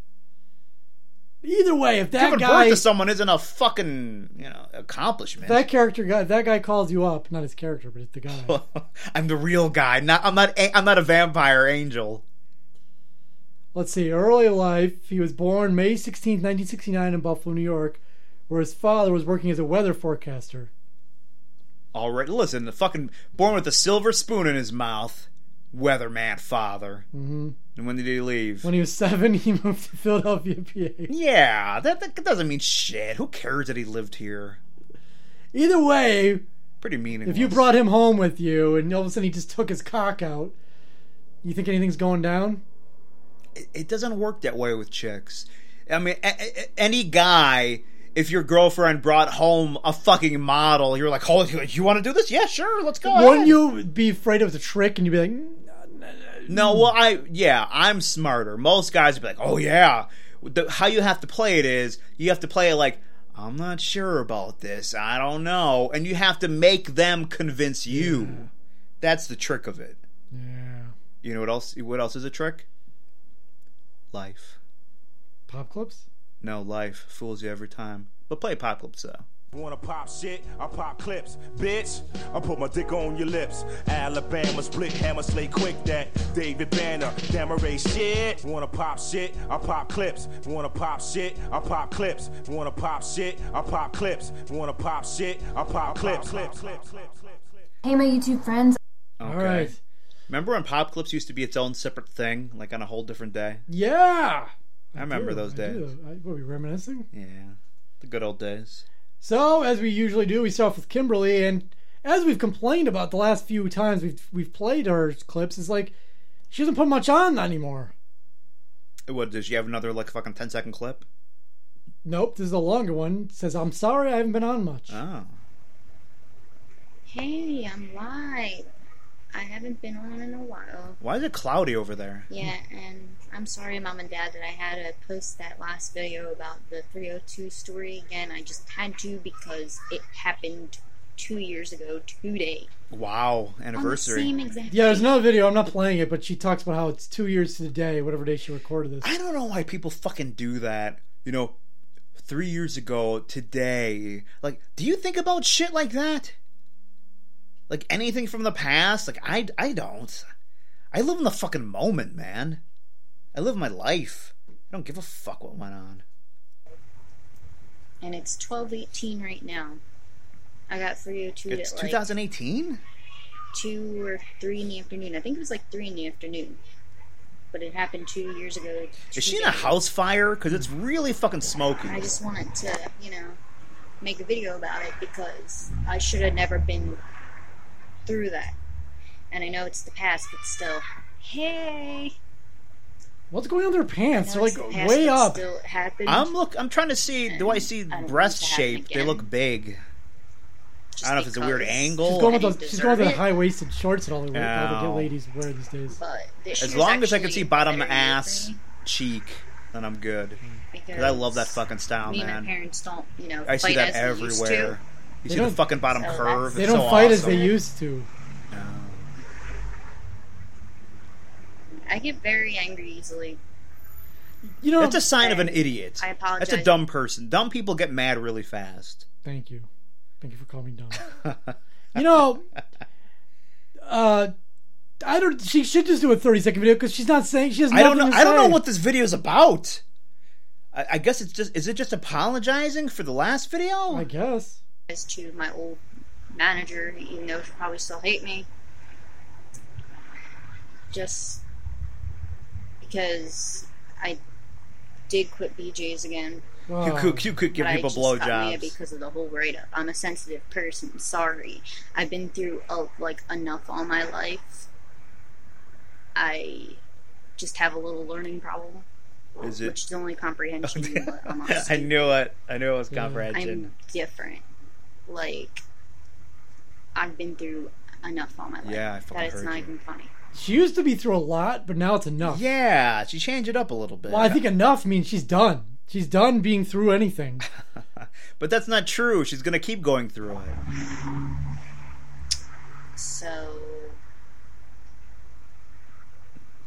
Either way, if that
Giving
guy,
birth to someone isn't a fucking you know accomplishment.
that character guy, that guy calls you up, not his character, but it's the guy.
I'm the real guy. Not I'm not a- I'm not a vampire angel.
Let's see, early life, he was born May 16, 1969, in Buffalo, New York, where his father was working as a weather forecaster.
All right, listen. The fucking born with a silver spoon in his mouth, weatherman father.
hmm
And when did he leave?
When he was seven, he moved to Philadelphia, PA.
yeah, that, that doesn't mean shit. Who cares that he lived here?
Either way,
Pretty meaningless.
if you brought him home with you and all of a sudden he just took his cock out, you think anything's going down?
it, it doesn't work that way with chicks. I mean, a- a- a- any guy, if your girlfriend brought home a fucking model, you're like, "Holy, you want to do this? Oh, Yeah, sure, let's go."
Wouldn't
ahead."
you be afraid it was a trick and you'd be like, "Mm,
No, well, I yeah, I'm smarter. Most guys would be like, "Oh yeah." The, how you have to play it is you have to play it like I'm not sure about this. I don't know, and you have to make them convince you. That's the trick of it.
yeah,
You know what else? What else is a trick? Life.
pop clips?
No, life fools you every time. But play pop clips though.
Wanna pop shit? I pop clips, bitch. I put my dick on your lips. Alabama split hammer slay quick that David Banner, Damaray shit. Wanna pop shit? I pop clips. Wanna pop shit? I pop clips. Wanna pop shit? I pop clips. Wanna pop shit? I pop clips. clips, clips, clips, clips, clips.
Hey, my YouTube friends.
All right.
Remember when pop clips used to be its own separate thing, like on a whole different day?
Yeah.
I remember
Ooh,
those
I
days.
do. I, what, were we reminiscing?
Yeah, the good old days.
So, as we usually do, we start off with Kimberly, and as we've complained about the last few times we've we've played her clips, it's like she doesn't put much on anymore.
What does she have another like fucking 10 second clip?
Nope, this is a longer one. It says, "I'm sorry, I haven't been on much."
Oh,
Hey, I'm live. I haven't been on in a while.
why is it cloudy over there?
Yeah, and I'm sorry, Mom and Dad, that I had to post that last video about the 302 story again. I just had to because it happened two years ago today.
Wow,
On the
anniversary.
same exact
Yeah, there's
date.
another video. I'm not playing it, but she talks about how it's two years to the day, whatever day she recorded this.
I don't know why people fucking do that. You know, three years ago today. Like, do you think about shit like that? Like anything from the past? Like, I, I don't. I live in the fucking moment, man. I live my life. I don't give a fuck what went on.
and it's 12:18 right now. I got 302
It's
at like
2018?
two or three in the afternoon. I think it was like three in the afternoon, but it happened two years ago.
Is she in a
today.
house fire? Because it's really fucking smoky.
I just wanted to, you know, make a video about it because I should have never been through that. And I know it's the past, but still, hey,
What's going on with their pants?
I
They're
know it's the
like
past,
way
but
up.
Still it happened.
I'm look. I'm trying to see. Do I see
I don't want
breast
it to happen
shape? They
again.
look big.
Just
I don't know if it's a weird
because.
angle.
She's going with
I
those.
didn't
She's going with the
deserve it.
high waisted shorts that all the, all the
Ow.
ladies wear these days.
But this
As
year's
long as I can
actually
see bottom
better
ass,
year
cheek, then I'm good.
for me
Because I love that fucking style,
me and my
man.
parents don't, you know,
I see
fight
that
as we used
everywhere. You
They
see the
don't-
fucking bottom
So that's-
curve.
They
It's
don't
so
fight as they
awesome.
used to.
to. I get very angry easily.
You know.
That's a sign of an idiot.
I apologize.
That's a dumb person. Dumb people get mad really fast.
Thank you. Thank you for calling me dumb. you know, uh, I don't. She should just do a thirty second video because she's not saying she has.
I don't know.
nothing to
I don't know
say.
what this video is about. I, I guess it's just. Is it just apologizing for the last video?
I guess.
As to my old manager, even though she probably still hate me, just because I did quit BJ's again.
you
Wow.
could. You could give
but
people
I just got
blowjobs.
mad because of the whole write up. I'm a sensitive person. Sorry, I've been through uh, like enough all my life. I just have a little learning problem,
Is it?
which is only comprehension. but I'm
I
honest.
knew it. I knew it was
Yeah.
comprehension.
I'm different. Like I've been through enough all my life.
Yeah, I fucking
that it's
heard
not
you.
even funny.
She used to be through a lot, but now it's enough.
Yeah, she changed it up a little bit.
Well, I think enough means she's done. She's done being through anything.
but that's not true. She's gonna keep going through it.
So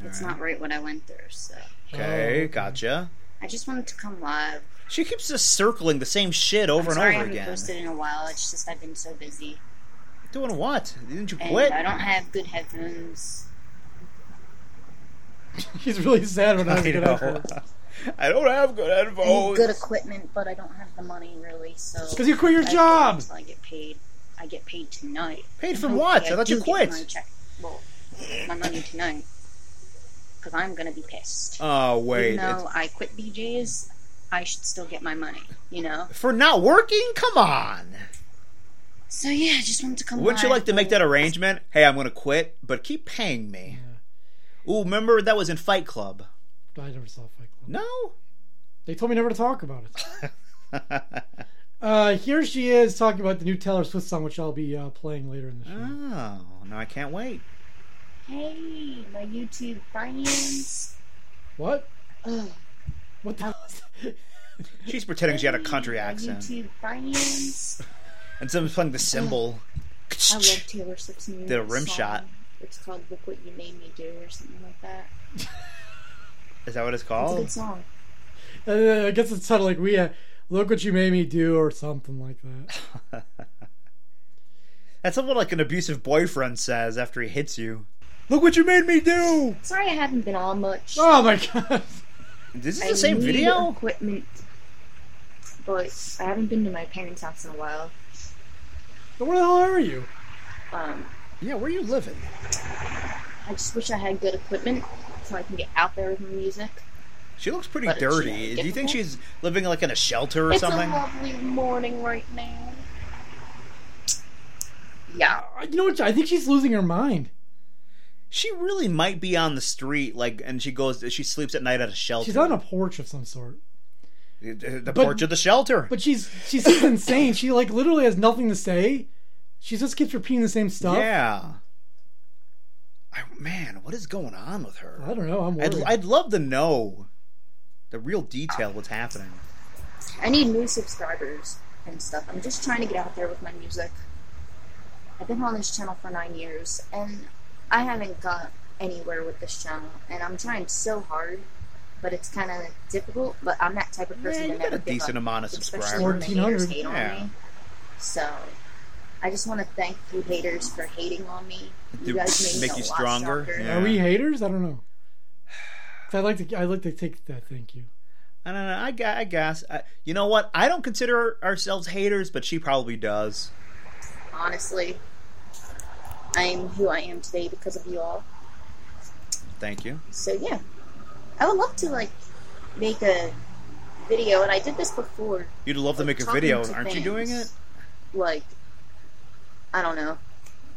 it's not right what I went through. So
Okay,
Oh.
gotcha.
I just wanted to come live.
She keeps just circling the same shit over and
I'm sorry I
over
haven't
again.
posted in a while. It's just I've been so busy.
Doing what? Didn't you
And
quit?
I don't have good headphones.
She's really sad when I was
I
good
know.
at her.
I don't have good
I need
headphones.
good equipment, but I don't have the money really. So
'Cause you quit your
I
job!
wait Until I get paid. I get paid tonight.
Paid from
Hopefully
what? I thought
do
you
get
quit. Oh,
My check. Well, my money tonight. Because I'm gonna be pissed.
Oh wait,
Even though
it's-
I quit BJ's, I should still get my money. You know.
for not working? Come on.
So yeah, I just wanted to come.
Wouldn't you
live,
like to make
but
that arrangement? Hey, I'm gonna quit, but keep paying me. Ooh, remember that was in Fight Club.
I never saw Fight Club.
No.
They told me never to talk about it. Uh, here she is talking about the new Taylor Swift song, which I'll be uh, playing later in the show.
Oh no, I can't wait.
Hey, my YouTube friends.
What?
Ugh.
What the?
She's pretending she had a country
Hey, my
accent,
YouTube friends.
and someone's playing the cymbal.
I love Taylor Swift's new
Did a rim
song.
shot.
It's called "Look What You Made Me Do" or something like that.
Is that what it's
It's a
called?
good song.
Uh, I guess it's titled like we uh, look what you made me do or something like that.
That's what like an abusive boyfriend says after he hits you. Look what you made me do.
Sorry, I haven't been on much.
Oh my god!
This is
I
the same
need
video.
Equipment, but I haven't been to my parents' house in a while.
Where the hell are you?
Um,
Yeah, where are you living?
I just wish I had good equipment so I can get out there with my music.
She looks pretty
But it's,
dirty.
you know,
Do you think
difficult.
she's living like in a shelter or
it's
something?
a lovely morning right now. Yeah,
Uh, You know what? I think she's losing her mind.
She really might be on the street, like, and she goes. She sleeps at night at a shelter.
She's on a porch of some sort,
the the
but-
porch of the shelter.
but she's she seems insane. She like literally has nothing to say. She just keeps repeating the same stuff.
yeah. I, man, what is going on with her?
I don't know. I'm
I'd,
worried.
I'd love to know the real detail what's happening.
I need new subscribers and stuff. I'm just trying to get out there with my music. I've been on this channel for nine years, and I haven't got anywhere with this channel. And I'm trying so hard, but it's kind of difficult. But I'm that type of person
Man,
to
you got
never
a
give
decent
up,
amount of
especially when
subscribers.
the haters
1400,
hate on
yeah.
me. So I just want to thank you haters for hating on me. You
Do-
guys made me
make
a
you
lot
stronger?
stronger.
Yeah.
Are we haters? I don't know. 'Cause I'd like to. I'd like to take that. Thank you.
I don't know. I, gu- I guess. I, you know what? I don't consider ourselves haters, but she probably does.
Honestly, I'm who I am today because of you all.
Thank you.
So yeah, I would love to like make a video, and I did this before.
You'd love to
like,
make a
talking
video.
to
Aren't you doing it?
fans, Like, I don't know,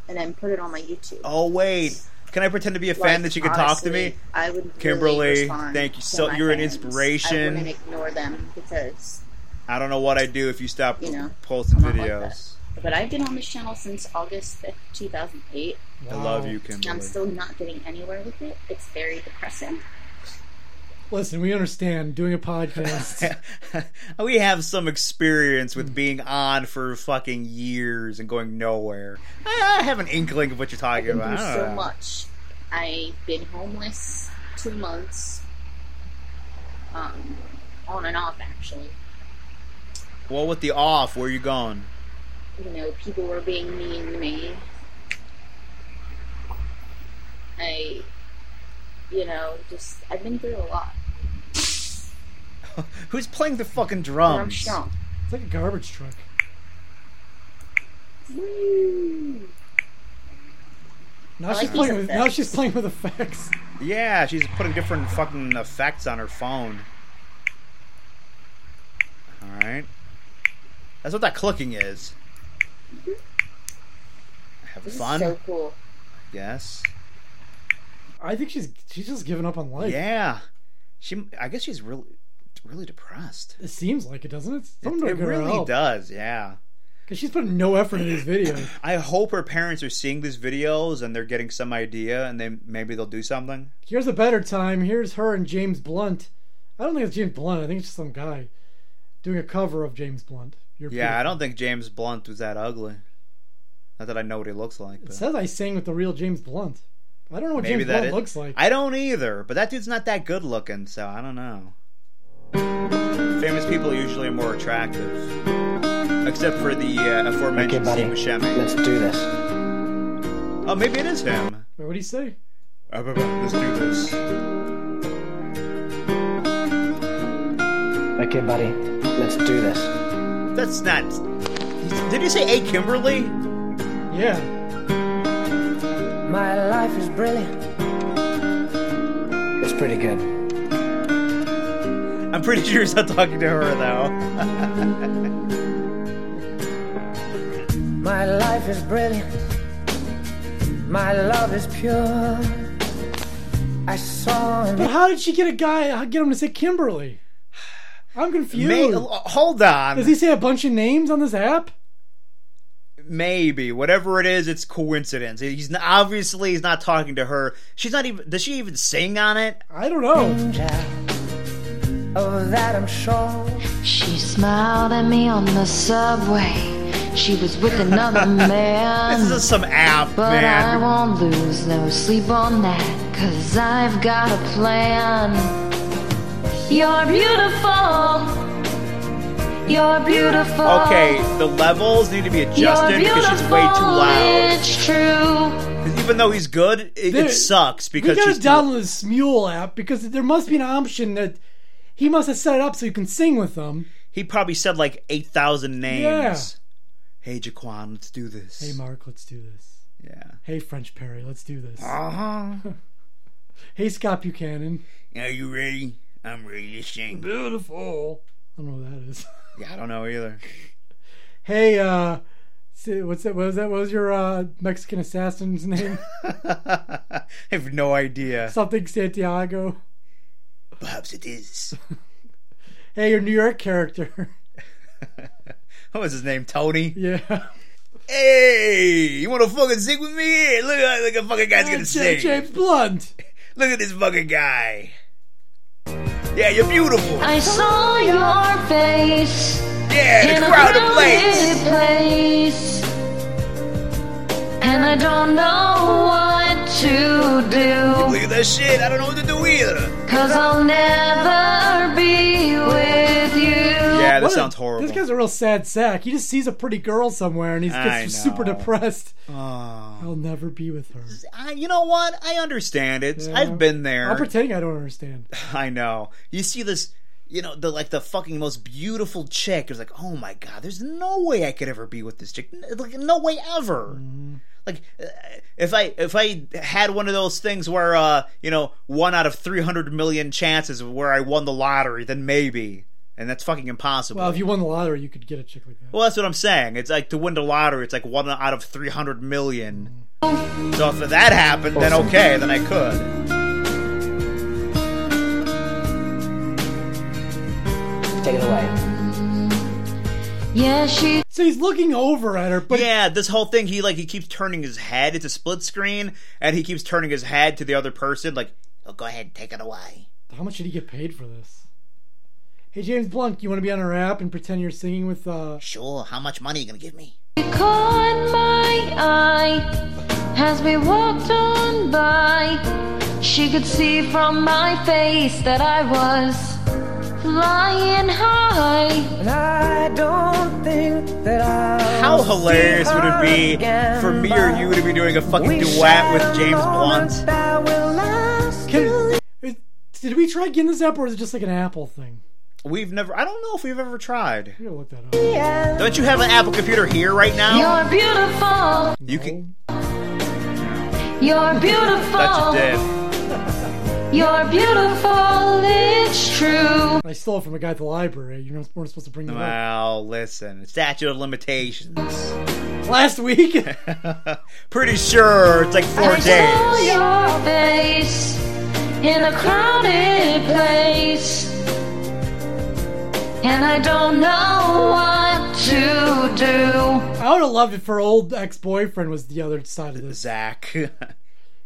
and then put it on my YouTube.
Oh wait, can I pretend to be a fan that you can talk to me?
I would. really
Kimberly,
respond
thank you
to
so-
my
you're an
fans.
inspiration.
I wouldn't ignore them because,
I don't know what I do if you stop
You know,
posting
I'm not like
videos.
but I've been on this channel since August 5th, 2008.
I love
Wow.
you,
And I'm
Kimberly.
still not getting anywhere with it. It's very depressing.
Listen, we understand doing a podcast.
we have some experience
Hmm.
with being on for fucking years and going nowhere. I, I have an inkling of what you're talking
I've been
about.
through
I
so
don't know.
much. I've been homeless two months, um, on and off actually.
Well, with the off, where you going?
You know, people were being mean to me. I, you know, just I've been through a lot.
Who's playing the fucking
And I'm
drums?
strong.
it's like a garbage truck.
Woo!
Now
I like
she's
these
playing. With, now
effects.
she's playing with effects.
Yeah, she's putting different fucking effects on her phone. All right, that's what that clicking is. Have
This
fun.
is so cool.
yes.
I think she's she's just giving up on life.
Yeah. She. I guess she's really, really depressed.
It seems like it, doesn't it? Someone
It,
better
it
give her
really
help.
does. Yeah.
Because she's putting no effort into these videos.
I hope her parents are seeing these videos and they're getting some idea and then maybe they'll do something.
Here's a better time. Here's her and James Blunt. I don't think it's James Blunt. I think it's just some guy doing a cover of James Blunt. You're
Yeah.
Hmm.
I
beautiful.
don't think James Blunt was that ugly. Not that I know what he looks like.
It
But.
says I sang with the real James Blunt. I don't know what
Maybe
James
that
Blunt
it-
looks like.
I don't either, but that dude's not that good looking, so I don't know. Famous people usually are more attractive, except for the uh, aforementioned
Okay,
Steve
buddy.
Buscemi.
Let's do this.
Oh, maybe it is him.
Wait, what do you say?
Uh, but- but Let's do this.
Okay, buddy. Let's do this.
That's not. Did you say A Kimberly?
Yeah.
My life is brilliant. It's pretty good.
I'm pretty sure he's not talking to her though.
My life is brilliant. My love is pure. I saw him.
But how did she get a guy? How get him to say Kimberly? I'm
May-
confused.
hold on.
Does he say a bunch of names on this app?
Maybe whatever it is, it's coincidence. He's not, obviously he's not talking to her. She's not even. Does she even sing on it?
I don't know.
Of Oh, that I'm sure.
She smiled at me on the subway. She was with another man.
This is some app,
but I
man.
won't lose no sleep on that, cause I've got a plan. You're beautiful. You're beautiful.
Okay,
Oh.
the levels need to be
You're
adjusted
beautiful.
because she's way too loud.
It's true.
'Cause even though he's good, it,
There-
it sucks
We
because
gotta
she's too-
download this Mule app because there must be an option that he must have set it up so you can sing with them.
he probably said like eight thousand names.
Yeah.
Hey Jaquan, let's do this.
Hey Mark, let's do this.
yeah.
Hey French Perry, let's do this.
Uh huh.
Hey Scott Buchanan.
Are you ready? I'm ready to sing.
Beautiful. I don't know what that is.
Yeah, I don't know either.
Hey, uh, si- what's that? What was that? What was your uh, Mexican assassin's name?
I have no idea.
Something Santiago.
Perhaps it is.
Hey, your New York character.
What was his name? Tony.
yeah.
Hey, you want to fucking sing with me? Look at look at fucking guy's gonna
James,
sing.
James Blunt.
Look at this fucking guy. Yeah, you're beautiful.
I saw your face.
Yeah,
in
the
a
crowd
crowded
ablaze.
place. And I don't know what to do.
Look at that shit. I don't know what to do either.
Cause I'll never be with you.
Yeah,
What
that
a-
sounds horrible.
This guy's a real sad sack. He just sees a pretty girl somewhere and he
I
gets super
know.
depressed.
Oh.
I'll never be with her.
I, you know what? I understand it.
Yeah.
I've been there.
I'm pretending I don't understand.
I know. You see this, you know, the like the fucking most beautiful chick. It's like, oh my god, there's no way I could ever be with this chick. N- Like, no way ever.
Mm-hmm.
Like, uh, if I if I had one of those things where, uh, you know, one out of three hundred million chances of where I won the lottery, then maybe. and that's fucking impossible.
Well, if you won the lottery, you could get a chick like that.
Well, that's what I'm saying. It's like to win the lottery, it's like one out of 300 million. So if that happened, then okay, then I could.
Take it away.
Yeah, she
So he's looking over at her, but
yeah, this whole thing, he like he keeps turning his head. It's a split screen, and he keeps turning his head to the other person, like, oh, "Go ahead, take it away."
how much did he get paid for this? Hey, James Blunt, you want to be on our app and pretend you're singing with uh,
Sure, how much money you gonna give me?
caught my eye as we walked on by. She could see from my face that I was flying high.
And I don't think that I.
How hilarious would it be for me or you to be doing a fucking duet with James Blunt?
That will last
Can, it- did we try getting this app or is it just like an Apple thing?
We've never, I don't know if we've ever tried.
I gotta look that up.
Don't you have an Apple computer here right now?
You're beautiful.
You can.
You're beautiful.
That's you did.
You're beautiful. It's true.
I stole it from a guy at the library. You know, weren't supposed to bring that up.
Well, listen, statute of limitations.
Last week, I
Pretty sure it's like four
I saw
days.
your face in a crowded place, and I don't know what to do.
would have loved it for old ex-boyfriend was the other side of this.
Zach.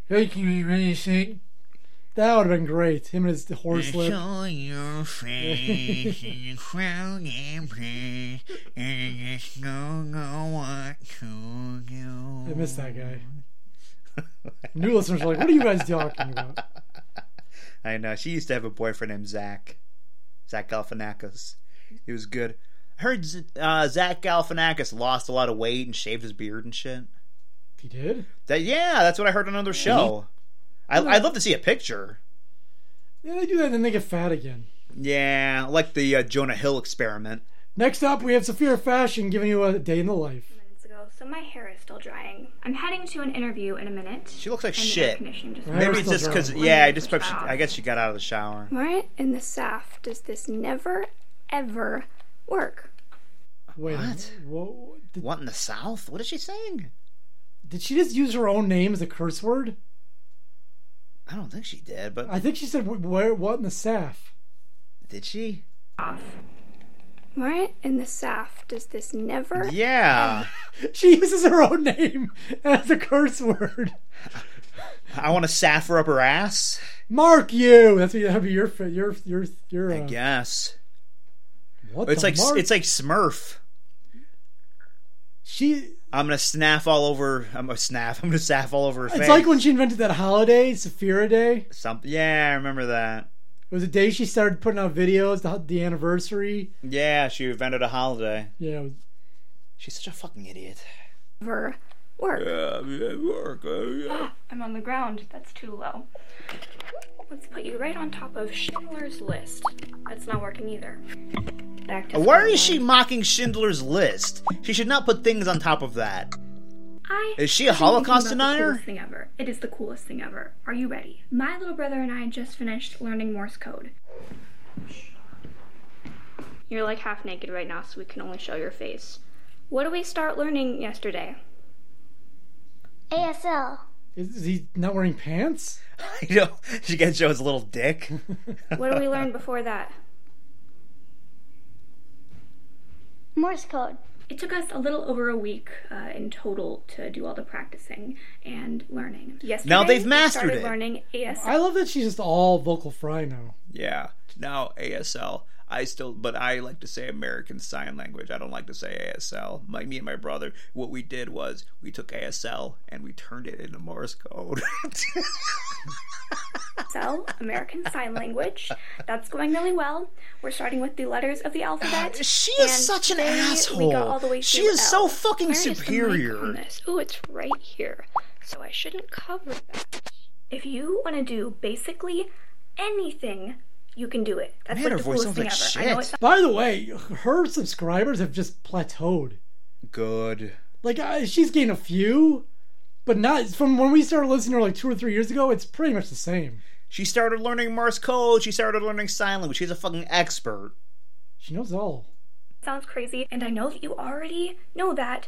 Hey, can you really sing? That would have been great. Him and his horse lip.
Show your face in a crowded place, and I just don't know what to do.
I miss that guy. New listeners are like, what are you guys talking about?
I know. She used to have a boyfriend named Zach. Zach Galifianakis. He was good. I heard Z- uh, Zach Galifianakis lost a lot of weight and shaved his beard and shit.
He did?
That yeah, that's what I heard on another show. I, I'd love to see a picture.
Yeah, they do that and then they get fat again.
Yeah, like the uh, Jonah Hill experiment.
Next up, we have Sophia Fashion giving you a day in the life.
minutes ago, so my hair is still drying. I'm heading to an interview in a minute.
She looks like
and the air
shit.
conditioning just-
Right.
Maybe
Hair's
it's
still
just because
dry.
yeah, I just she, I guess she got out of the shower.
Why in the SAF does this never, ever work?
Wait,
What?
wha- did,
What in the South? What is she saying?
did she just use her own name as a curse word?
I don't think she did, but
I think she said, "Wh- where, what in the SAF?
did she?
Why in the SAF does this never?
Yeah,
She uses her own name as a curse word.
I want to saff her up her ass.
Mark you. That's what you have your fa- your your your. Uh,
I guess
What
it's
the
like
mark?
it's like Smurf.
she.
I'm gonna snaff all over. I'm gonna snaff. I'm gonna saff all over her face.
It's like when she invented that holiday, Saphira Day. It
something. Yeah, I remember that.
was a day she started putting out videos, the, the anniversary.
Yeah, she invented a holiday.
Yeah, it was,
She's such a fucking idiot.
Ever work?
Yeah, yeah, work. uh, yeah.
I'm on the ground. That's too low. Let's put you right on top of Schindler's List. That's not working either. Back to
Why
square
is she
one.
mocking Schindler's List? She should not put things on top of that.
I
Is she a
I've been thinking
Holocaust
about the
denier?
coolest Thing ever. It is the coolest thing ever. Are you ready? My little brother and I just finished learning Morse code. You're like half naked right now, so we can only show your face. What did we start learning yesterday?
ASL.
is, is he not wearing pants?
you know, she can show his little dick.
What did we learn before that?
Morse code.
It took us a little over a week uh, in total to do all the practicing and learning. Yesterday,
they've
we
mastered
started
it.
Learning ASL.
I love that she's just all vocal fry now.
Yeah. Now ASL. I still, but I like to say American Sign Language. I don't like to say ASL. My, me and my brother, what we did was we took ASL and we turned it into Morse code.
ASL, American Sign Language. That's going really well. We're starting with the letters of the alphabet.
she
and
is such an
today We got all the
asshole.
way
She
through
is so
L.
fucking
Where is the mic on
superior.
this? Oh, it's right here. So I shouldn't cover that. If you want to do basically anything, you can do it. That's
Man,
like
her
the
voice
coolest
sounds
thing
like
ever. I know
shit.
it sounds
By the way, her subscribers have just plateaued.
Good.
Like I, she's gained a few, but not from when we started listening to her like two or three years ago. It's pretty much the same.
She started learning Morse code. She started learning sign language. She's a fucking expert.
She knows it all.
sounds crazy, and I know that you already know that,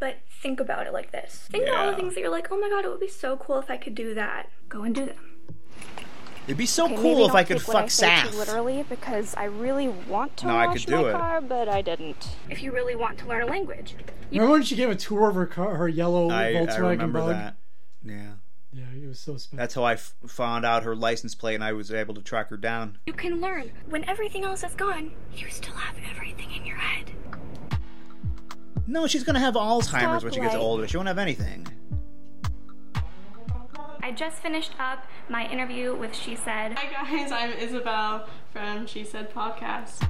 but think about it like this. Think about all the
Yeah.
things that you're like, oh my god, it would be so cool if I could do that. Go and do them.
It'd be so
Okay, maybe
cool if
don't
I could
take what
fuck
I say too
Saf.
Literally, because I really want to
No, I
wash
could
my
do it.
car, but I didn't.
If you really want to learn a language,
Remember when she gave a tour of her car, her yellow
I, I
Volkswagen
remember
bug?
that. Yeah.
Yeah, it was so special.
That's how I f- found out her license plate and I was able to track her down.
you can learn. When everything else is gone, you still have everything in your head.
No, she's going to have Alzheimer's when she gets
Stoplight.
older. She won't have anything.
I just finished up my interview with She Said.
Hi guys, I'm Isabel from She Said Podcast.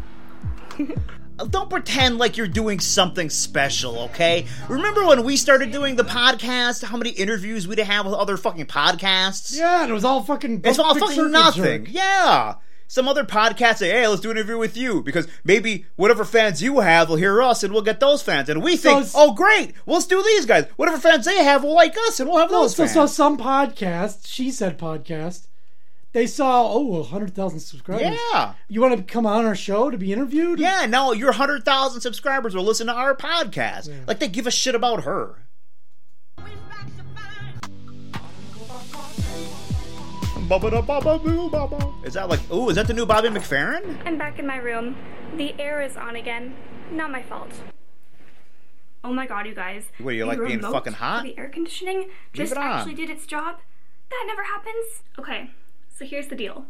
Uh, Don't pretend like you're doing something special, okay? Remember when we started doing the podcast? How many interviews we'd have with other fucking podcasts?
Yeah, and it was all fucking.
It's all
big
fucking
circuit
nothing.
jerk.
Yeah. Some other podcast say, hey, let's do an interview with you because maybe whatever fans you have will hear us and we'll get those fans. And we think,
it's-
oh, great, let's do these guys. Whatever fans they have will like us and we'll have
No,
those
so, so
fans.
some podcast, she said podcast, they saw, oh, 100,000 subscribers.
Yeah.
You want to come on our show to be interviewed?
Yeah, now your 100,000 subscribers will listen to our podcast. Like they give a shit about her. Is that like, ooh, is that the new Bobby McFerrin?
I'm back in my room. The air is on again. Not my fault. Oh my god, you guys.
What, you
The
like being
remote
fucking hot?
for The air conditioning just
it on.
actually did its job. That never happens. Okay, so here's the deal.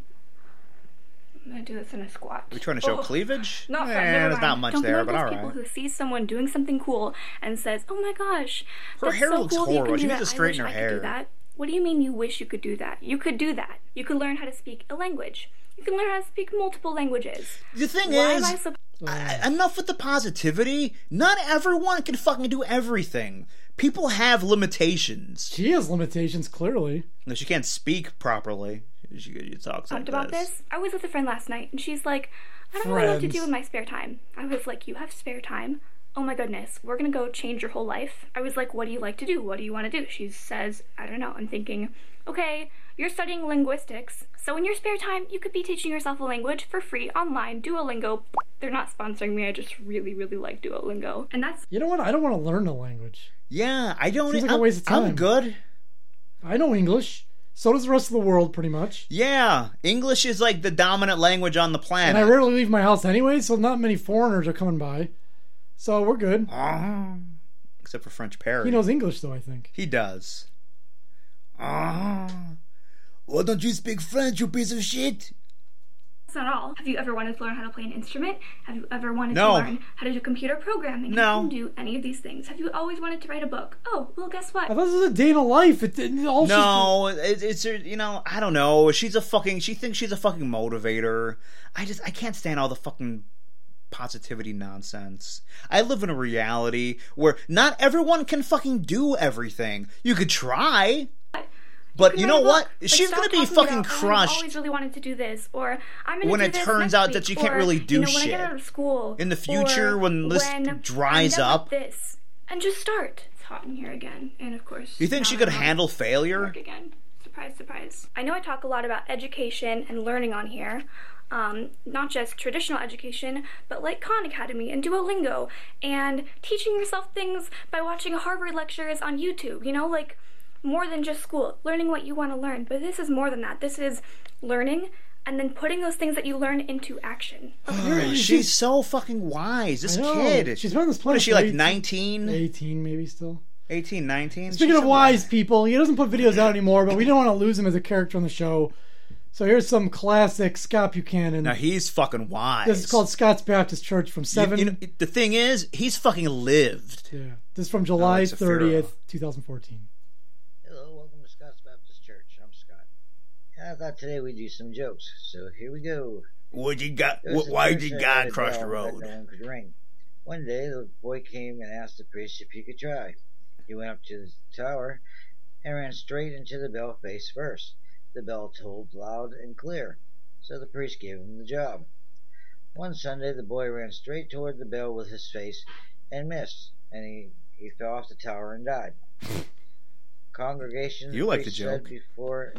I'm gonna do this in a squat.
Are we trying to show
Oh.
cleavage?
Not
Eh,
fun. Never
there's
mind.
not much
Don't be
there,
one
but
of those
all
people
right.
who sees someone doing something cool and says, "Oh my gosh,
Her
that's
hair
so
looks
cool that you can
horrible.
do
She
that.
needs to
I wish
straighten her
I could do
hair."
that." What do you mean you wish you could do that? You could do that. You could learn how to speak a language. You can learn how to speak multiple languages.
The thing
Why
is,
am I supposed
I- enough with the positivity. Not everyone can fucking do everything. People have limitations.
She has limitations, clearly.
No, she can't speak properly. She, she talks like
talked about this. I was with a friend last night, and she's like, "I don't know what to do
Friends.
in my spare time." I was like, "You have spare time? Oh my goodness, we're gonna go change your whole life." I was like, "What do you like to do? What do you want to do?" She says, "I don't know." I'm thinking, "Okay, you're studying linguistics, so in your spare time, you could be teaching yourself a language for free online. Duolingo. They're not sponsoring me. I just really, really like Duolingo, and that's
You know what? I don't want to learn a language.
Yeah, I don't.
Seems like a
I'm,
waste of
I'm
time.
good.
I know English. So does the rest of the world, pretty much.
Yeah, English is like the dominant language on the planet.
And I rarely leave my house anyway, so not many foreigners are coming by. So we're good.
Ah. Except for French Perry.
He knows English, though, I think.
He does. Ah. Why don't you speak French, you piece of shit?
That's not all. Have you ever wanted to learn how to play an instrument? Have you ever wanted
No.
to learn how to do computer programming?
No.
You can do any of these things. Have you always wanted to write a book? Oh, well, guess what?
I thought this was a day in a life. It, it all
No, it, it's a- you know I don't know. She's a fucking. She thinks she's a fucking motivator. I just I can't stand all the fucking positivity nonsense. I live in a reality where not everyone can fucking do everything. You could try, but you,
can
know
write a
what?
book. Like,
she's
stop
gonna be
talking
fucking
about, "Oh, I've always
crushed
really wanted to do this, or I'm gonna
When
do
it
this
turns
next
out that
week,"
you can't
or,
really do
you know, When I
shit.
get out of school,
In the future,
or
when this
when
dries
I'm done
up.
with this, and just start. It's hot in here again, and of course.
You think
now
she could
I'm out.
handle failure?
work again. Surprise, surprise. I know I talk a lot about education and learning on here. Um, not just traditional education, but like Khan Academy and Duolingo and teaching yourself things by watching Harvard lectures on YouTube, you know, like more than just school, learning what you want to learn. But this is more than that. This is learning and then putting those things that you learn into action.
She's so fucking wise. This
I know.
kid.
She's been on this
What
planet
is she
for
like
eight-
19?
18, maybe still.
18, 19?
Speaking
She's
of
so
wise people, he doesn't put videos out anymore, but we didn't want to lose him as a character on the show. So here's some classic Scott Buchanan.
Now he's fucking wise.
this is called Scott's Baptist Church from
You- you
seven.
know, the thing is, he's fucking lived.
yeah, this is from July
Alexa Farah.
30th, 2014.
Hello, welcome to Scott's Baptist Church. I'm Scott. And I thought today we'd do some jokes, so here we go.
What did God?
There was
wh-
a
Why
church
did
that
God
had a
cross the
bell that
road?
No one could ring. One day, the boy came and asked the priest if he could try. He went up to the tower and ran straight into the bell face first. The bell tolled loud and clear, so the priest gave him the job. One Sunday, the boy ran straight toward the bell with his face and missed, and he, he fell off the tower and died. Congregation
You like the
priest said
joke.
before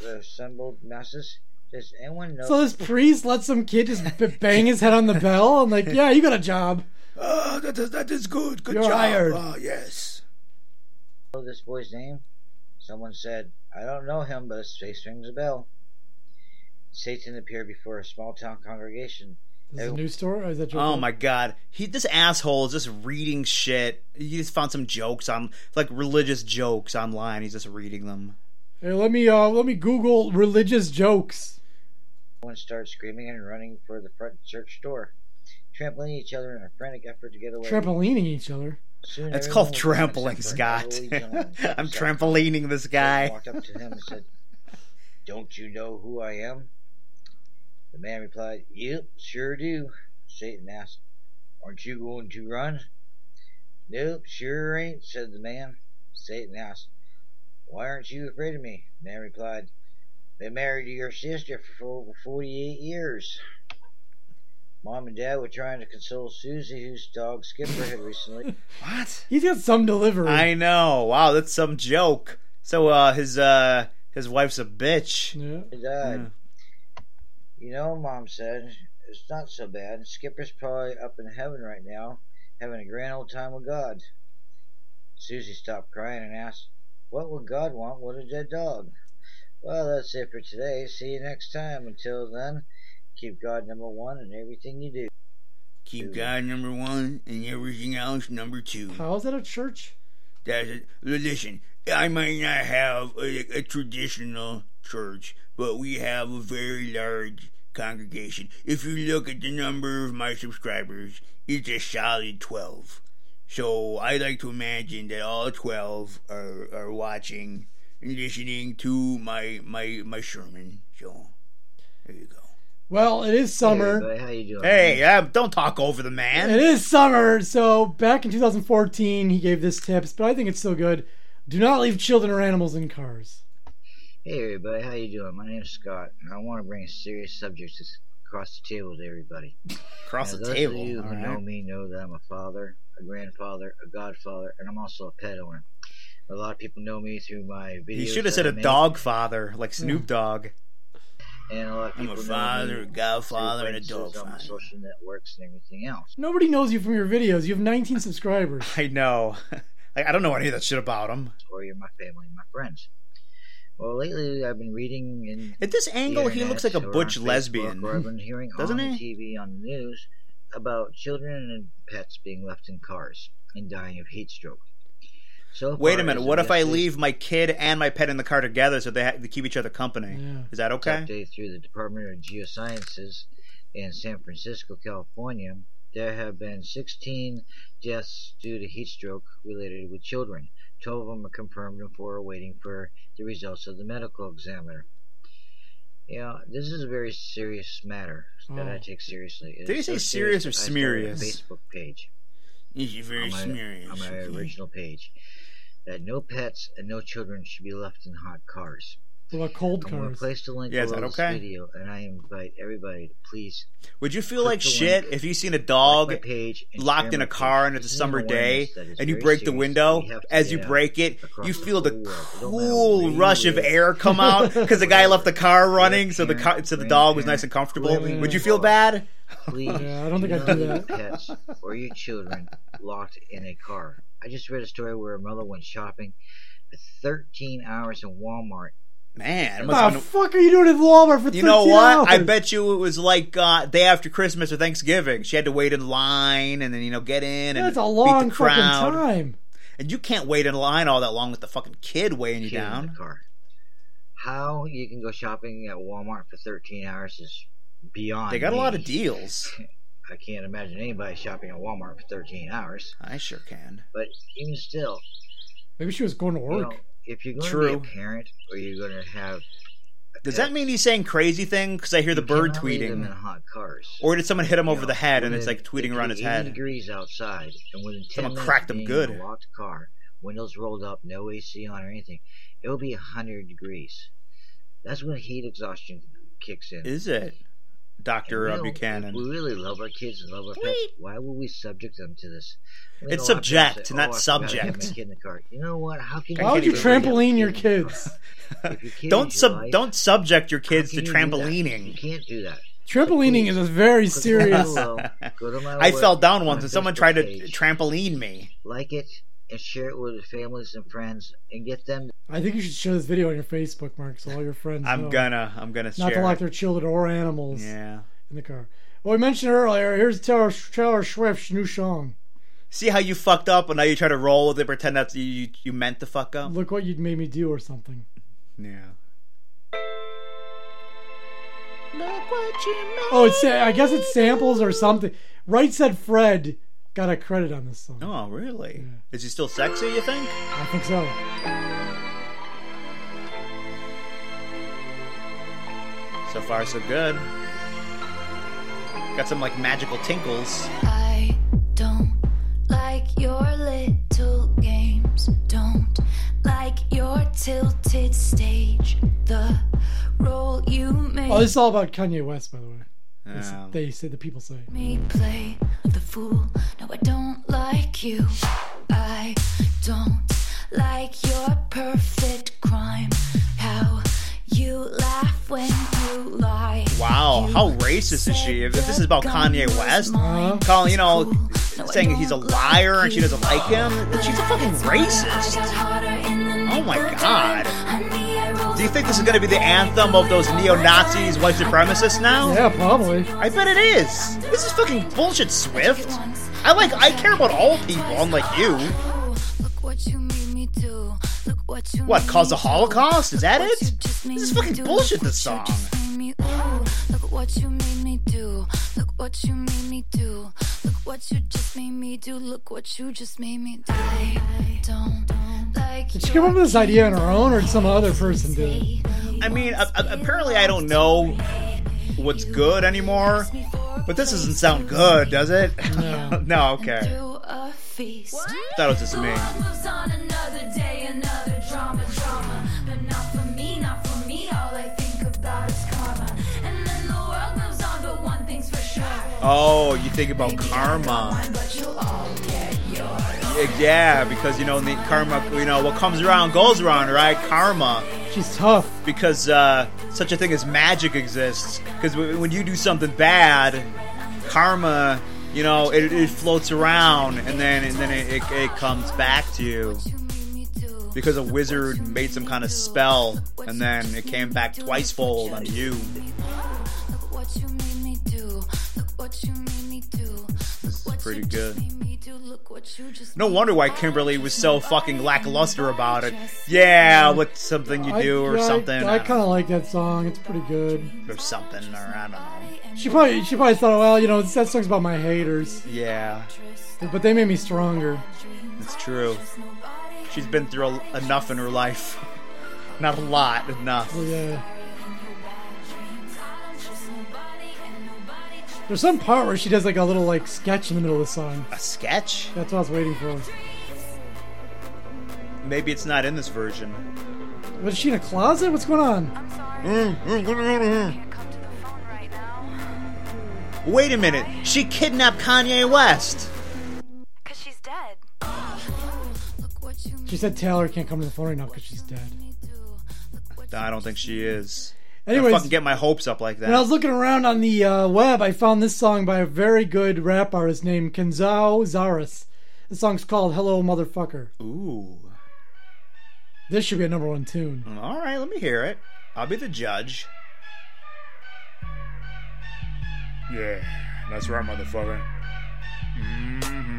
the assembled masses, Does anyone know?
So this priest let some kid just b- bang his head on the bell and like, yeah, you got a job.
Oh, that is, that is good. Good
You're
job.
hired.
Ah, yes.
know this boy's name? Someone said, I don't know him, but his face rings a bell. Satan appeared before a small town congregation.
This is a news story. Or is that your
Oh my god, he this asshole is just reading shit. He just found some jokes on like religious jokes online. He's just reading them.
Hey, let me uh, let me Google religious jokes.
Everyone started screaming and running for the front church door, trampling each other in a frantic effort to get away.
Trampolining each other.
Soon
That's
everyone
called
was running
trampling,
except for an
Scott.
elderly gentleman
I'm
who
trampolining this guy.
walked up to him and said, Don't you know who I am? The man replied, Yep, sure do. Satan asked, Aren't you going to run? Nope, sure ain't, said the man. Satan asked, Why aren't you afraid of me? The man replied, Been married to your sister for over 48 years. Mom and Dad were trying to console Susie, whose dog Skipper had recently
What?
He's got some delivery.
I know. Wow, that's some joke. So uh his uh his wife's a bitch.
Yeah.
died.
Yeah.
You know, Mom said, it's not so bad. Skipper's probably up in heaven right now, having a grand old time with God. Susie stopped crying and asked, What would God want with a dead dog? Well, that's it for today. See you next time. Until then, keep God number one in everything you do.
Keep God number one and everything else number two.
How is that a church?
That's it. Listen, I might not have a, a traditional church, but we have a very large congregation. If you look at the number of my subscribers, it's a solid 12. So I like to imagine that all 12 are, are watching and listening to my, my, my sermon. So there you go.
Well, it is summer.
Hey, how you doing?
Hey, uh, don't talk over the man.
It is summer, so back in 2014, he gave this tips, but I think it's still good. Do not leave children or animals in cars.
Hey everybody, how you doing? My name's Scott, and I want to bring serious subjects as- across the table to everybody.
Across
Now,
the
those
table.
of you who
all
know
right.
me know that I'm a father, a grandfather, a godfather, and I'm also a pet owner. A lot of people know me through my videos.
He should have
that
said
I
a
make,
dog father, like Snoop Dogg.
And a lot of
I'm a
people know
father,
me
a
through
godfather, and a
acquaintances
dog
on the
father.
social networks and everything else.
Nobody knows you from your videos. You have 19 subscribers.
I know. I, I don't know any of that shit about him.
Or you're my family, and my friends. Well, lately I've been reading and
At this angle,
the
he looks like
internet
a
or
butch
on Facebook
lesbian.
Or I've been hearing
Doesn't
on
he?
TV on the news about children and pets being left in cars and dying of heat stroke. So
Wait
far,
a minute.
as
What
of
if I
yesterday,
leave my kid and my pet in the car together so they, ha- they keep each other company?
Yeah.
Is that okay?
Update through the Department of Geosciences in San Francisco, California, there have been 16 deaths due to heat stroke related with children. 12 of them are confirmed and four are waiting for the results of the medical examiner. You know, this is a very serious matter that I
Oh.
take seriously. It
Did
is
he say
so
serious or
that I started
smerious?
a Facebook page
Is he very
on my,
serious?
on my
Okay.
original page that no pets and no children should be left in hot cars.
What about cold
I'm going to
cars?
place the link
Yeah, is
below
that
this
okay?
video, and I invite everybody to please
Would you feel
Click
like
the
shit
link,
if you seen a
like
dog
my page and
locked
share
in
my
a car
page.
and it's a
This is an
summer day
awareness that is
and you
very
break the
serious that
window
we have to
as
get
you
out
break it
across
you
the
feel the
whole world. It don't matter where
cool
you
rush of
live,
air come out because the guy left the car running so the car, so the dog was nice and comfortable
Grandparent,
would you feel
grandfather.
bad
Please,
Yeah, I don't think
do
I'd
not
do
leave
that.
Pets or your children locked in a car. I just read a story where a mother went shopping for 13 hours in Walmart.
man it must
What
have
the
been
fuck are you doing at Walmart for 13
You know what? I
hours?
bet you it was like uh, day after Christmas or Thanksgiving. She had to wait in line and then you know get in and
That's a
beat
long
the crowd.
fucking time.
And you can't wait in line all that long with the fucking kid weighing you
kid in the
down.
car. How you can go shopping at Walmart for 13 hours is beyond.
They got a
me.
lot of deals.
I can't imagine anybody shopping at Walmart for 13 hours.
I sure can.
But even still,
Maybe she was going to
you know,
work.
if you're going
True.
to be a parent or you're going to have,
Does that mean he's saying crazy thing? Because I hear the
you
bird
cannot leave them in
tweeting.
hot cars.
Or did someone hit him
You
over
know,
the head and it's
within-
like tweeting
it
around
could
his
be 80
head?
degrees outside, and within 10
Someone
minutes
cracked
of
him
being
good.
in a locked car, windows rolled up, no AC on or anything. It will be 100 degrees. That's when heat exhaustion kicks in.
Is it? Dr.
We
Uh,
don't-
Buchanan.
We really love our kids and love our pets. Why would we subject them to this? We
It's
go out there and
subject,
say,
not
"Oh, I forgot to get
subject."
my kid in the car." You know what? How can
Why would you trampoline your kids?
kid
don't
is
sub
your life,
don't subject your kids to
can you do that? You
trampolining.
can't do that.
Trampolining is a very serious.
Go to my
I
web-
fell down
my
once and someone
Facebook
tried to
page.
trampoline me.
Like it and share it with your families and friends and get them
I think you should share this video on your Facebook, Mark, so all your friends.
I'm
know.
gonna I'm gonna
not to
share.
lock
it.
their children or animals
Yeah.
in the car. Well, we mentioned earlier. Here's Taylor, Taylor Swift's new song.
See how you fucked up and now you try to roll with it, pretend that's you you, you meant to fuck up.
Look what you'd made me do, or something.
Yeah.
Oh, it's I guess it's samples or something. Right said Fred got a credit on this song.
Oh really? Is he still sexy? You think?
I think so.
So far so good. Got some like magical tinkles.
I don't like your little games. Don't like your tilted stage. The role you make
Oh, this is all about Kanye West, by the way. This-
Um.
They say the people say.
me play the fool. No, I don't like you. I don't like your perfect crime. How you laugh when you lie.
Wow, how racist is she? If if this is about Kanye West, calling you know, saying he's a liar and she doesn't like him, then she's a fucking racist. Oh my god! Do you think this is gonna be the anthem of those neo Nazis, white supremacists now?
Yeah, probably.
I bet it is. This is fucking bullshit, Swift. I like, I care about all people, unlike you.
What you made me do. Look what you
What
made
cause
me
the Holocaust? Is that it?
This
is fucking bullshit. This song.
made me ooh. Look what you made me do. Look what you made me do. Look what you just made me do. Look what you just made me do. I don't like
Did she come up with this idea on her own, or did some other person do it?
I mean, a- a- apparently, I don't know what's good anymore. But this doesn't sound good, does it? No. okay.
do a feast.
That was just me.
Moves on another day, another drama, drama. But not for me, not for me. All I think about is karma. And then the world moves on, but one thing's for sure.
Oh, you think about karma. Yeah, Yeah, because you know the karma. You know what comes around goes around, right? Karma.
She's tough.
Because uh, such a thing as magic exists. Because w- when you do something bad, karma. You know, it, it floats around, and then and then it, it, it comes back to you. Because a wizard made some kind of spell, and then it came back twice fold on you.
Look what you made me do. Look what you made me do.
This is pretty good.
Me do. Look what you just
No wonder why Kimberly was so fucking lackluster about it. Yeah, what's something you do or
I,
something
I,
uh,
kind of like that song. It's pretty good.
or something or I don't know.
She probably she probably thought, well, you know, that song's about my haters,
Yeah,
but they made me stronger.
it's true. She's been through a, enough in her life. Not a lot, enough.
Well, Oh, yeah. There's some part where she does like a little like sketch in the middle of the song.
A sketch?
That's what I was waiting for.
Maybe it's not in this version.
Was she in a closet? What's going on?
Wait a minute, she kidnapped Kanye West.
She said Taylor can't come to the phone right now because she's dead.
I don't think she is.
Anyways-
I fucking get my hopes up like that.
When I was looking around on the uh, web, I found this song by a very good rap artist named Kenzao Zaris. This song's called "Hello Motherfucker."
Ooh.
This should be a number one tune.
All right, let me hear it. I'll be the judge. Yeah, that's right, motherfucker.
Mm-hmm.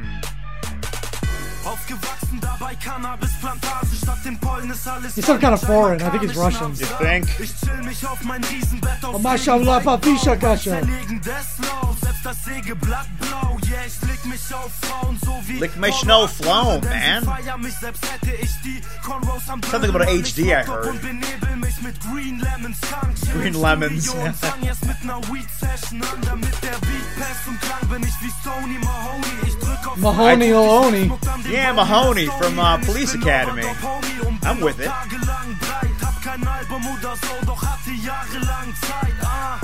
Aufgewachsen dabei Cannabisplantagen statt dem Pollen ist alles
He sound kinda foreign. I think he's Russian.
You
think?
Ich chill mich auf mein Riesenbett auf
Mashallah, Fafisha Kasha.
Verlegen des Lauf, selbst das Sägeblatt blau. Yeah, ich lick mich auf Frauen, so wie
Lick my snow flown,
Denn
man.
sie feiern mich, selbst hätte ich die Cornrows am
Something about
Dödel.
HD I
Ich rock up
heard.
und benebel mich mit Green Lemon Skunk. Chill
Green
im
Lemons.
Studio und fang erst mit ner Weed Session an, damit der Beat passt und klang bin ich wie Sony Mahoney. Ich drück auf
Mahoney Maloney.
Yeah, Mahoney from uh, Police Academy. I'm with it.
Tagelang breit, hab kein Album oder so, doch hatte jahrelang Zeit. Ah,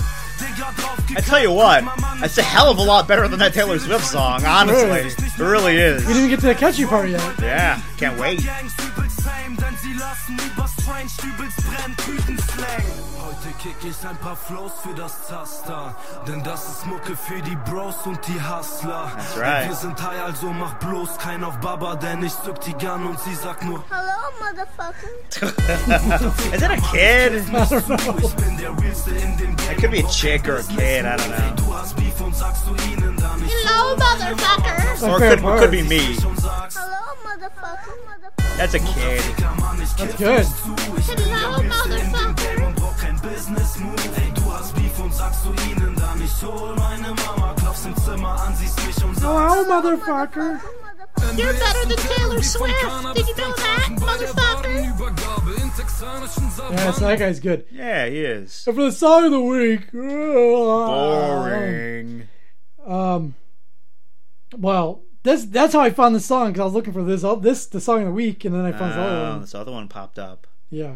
I tell you what, that's a hell of a lot better than that Taylor Swift song, honestly. It really
We
is.
didn't get to the catchy part yet.
Yeah, can't wait.
Heute kick ich ein paar Flows für das Zaster. Denn das ist Mucke für die Bros und die Hustler.
That's right.
Und Wir sind high, also mach bloß keinen auf Baba, denn ich zück die Gun und sie sagt nur
Hello, motherfucker.
Is that a kid? That could be a chick or a kid, I don't know.
Hello, motherfucker.
Or it could, it could be me.
Hello, motherfucker.
That's a kid.
That's good.
Hello, motherfucker.
Hello, motherfucker.
You're better than Taylor Swift. Did you know that, motherfucker?
Yeah, so that guy's good.
Yeah, he is.
And for the song of the week.
Boring.
Um. Well, this that's how I found the song because I was looking for this this the song of the week, and then I found this other
Oh,
one.
this other one popped up.
Yeah.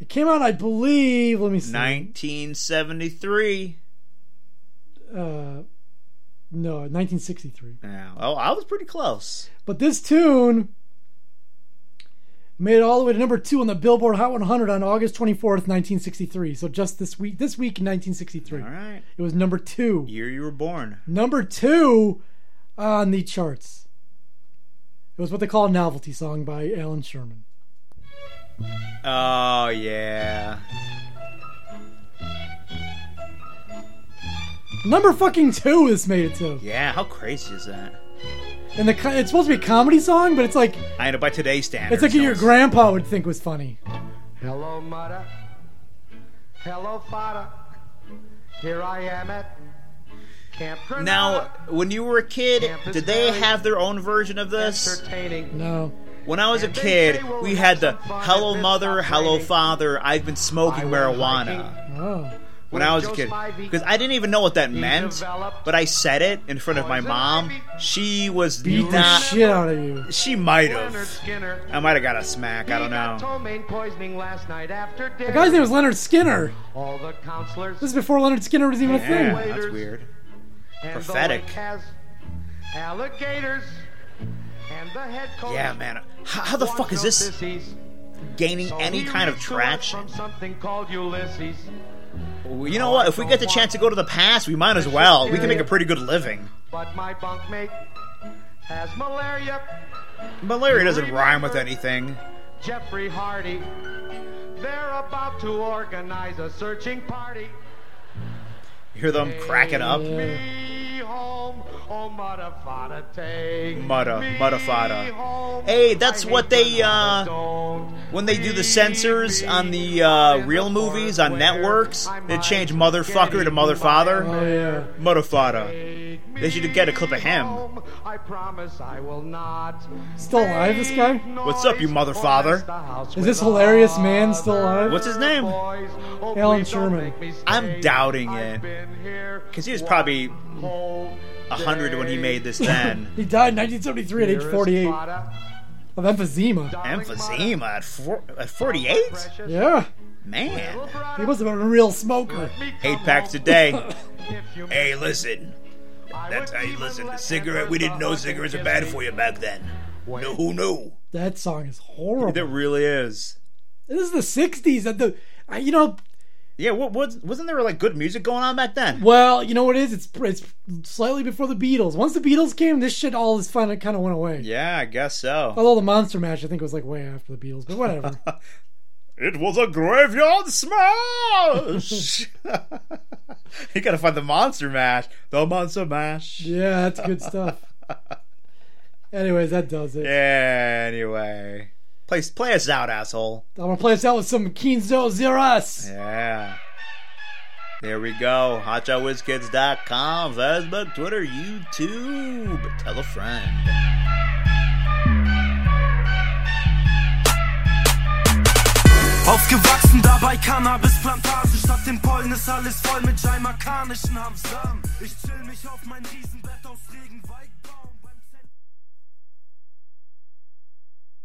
It came out, I believe. Let me see.
1973.
Uh, no, 1963.
Yeah. Oh, I was pretty close.
But this tune made it all the way to number two on the Billboard Hot 100 on August 24th, 1963. So just this week, this week in 1963,
All right.
it was number two.
Year you were born.
Number two on the charts. It was what they call a novelty song by Alan Sherman.
Oh, yeah.
Number fucking two, this made it to.
Yeah, how crazy is that?
And the co- it's supposed to be a comedy song, but it's like
I know by today's standards.
it's like your
that was-
grandpa would think was funny.
Hello, mother. Hello, father. Here I am at Camp Granada.
Now, when you were a kid, did they have their own version of this?
entertaining.
No.
When I was a kid, we had the "Hello Mother, Hello Father, I've been smoking marijuana."
Oh.
When I was a kid, because I didn't even know what that meant, but I said it in front of my mom. She was
Beat the
not.
shit out of you.
She might
Leonard
have.
Skinner.
I might have got a smack. I don't
Got
know.
ptomaine poisoning last night after dinner.
The guy's name was Leonard Skinner.
All the counselors.
This is before Leonard Skinner was even a
Yeah,
thing.
that's weird.
and the
prophetic.
lake Has alligators. And the head coach.
Yeah, man. How, how the
wants
fuck is this
Ulysses.
gaining
So
any
he
kind of
reached to us
traction?
From something called Ulysses.
You know what? If we get the chance to go to the past, we might as well. We can make a pretty good living.
But my bunkmate has malaria.
Malaria doesn't rhyme with anything.
Jeffrey Hardy. They're about to organize a searching party.
You hear them cracking up?
Me home, oh motherfucker, take
Mudda,
me
mudafada.
home.
Hey, that's
I
what
hate
they,
the
uh,
Yellowstone.
when they do the censors on the uh, real movies on networks, they change motherfucker to
Oh
motherfather.
yeah.
Motherfada. They should get a clip of him.
Home, I promise I will not.
Still alive, this guy?
What's up, you motherfather?
Is this hilarious man still alive?
What's his name?
Oh,
Alan Sherman.
I'm doubting it. Because he was probably 100 when he made this then.
He died in 1973 at age 48 of emphysema.
Emphysema at, four, at 48?
Yeah.
Man.
He must have been a real smoker.
Eight packs a day. hey, listen. That's hey, listen. The cigarette. We didn't know cigarettes are bad for you back then. No, who knew?
That song is horrible.
There really is.
This is the 60s. That the, I- you know,
Yeah. What? What? Wasn't there like good music going on back then?
well, you know what it is? It's, it's slightly before the Beatles. Once the Beatles came, this shit all is fun. It kind of went away.
Yeah, I guess so.
Although the Monster Match, I think, was like way after the Beatles, but whatever.
It was a graveyard smash. you gotta find the monster mash. The monster mash.
yeah, that's good stuff. Anyways, that does it.
Anyway, play play us out, asshole.
I'm gonna play us out with some Kinzo Zeras.
Yeah. There we go. HotshotWizKids.com, Facebook, Twitter, YouTube. Tell a friend.
Aufgewachsen dabei Cannabisplantagen, statt dem Pollen ist alles voll mit jamaikanischen Hamsamen. Ich chill mich auf mein Riesenbett aus Regenweigen.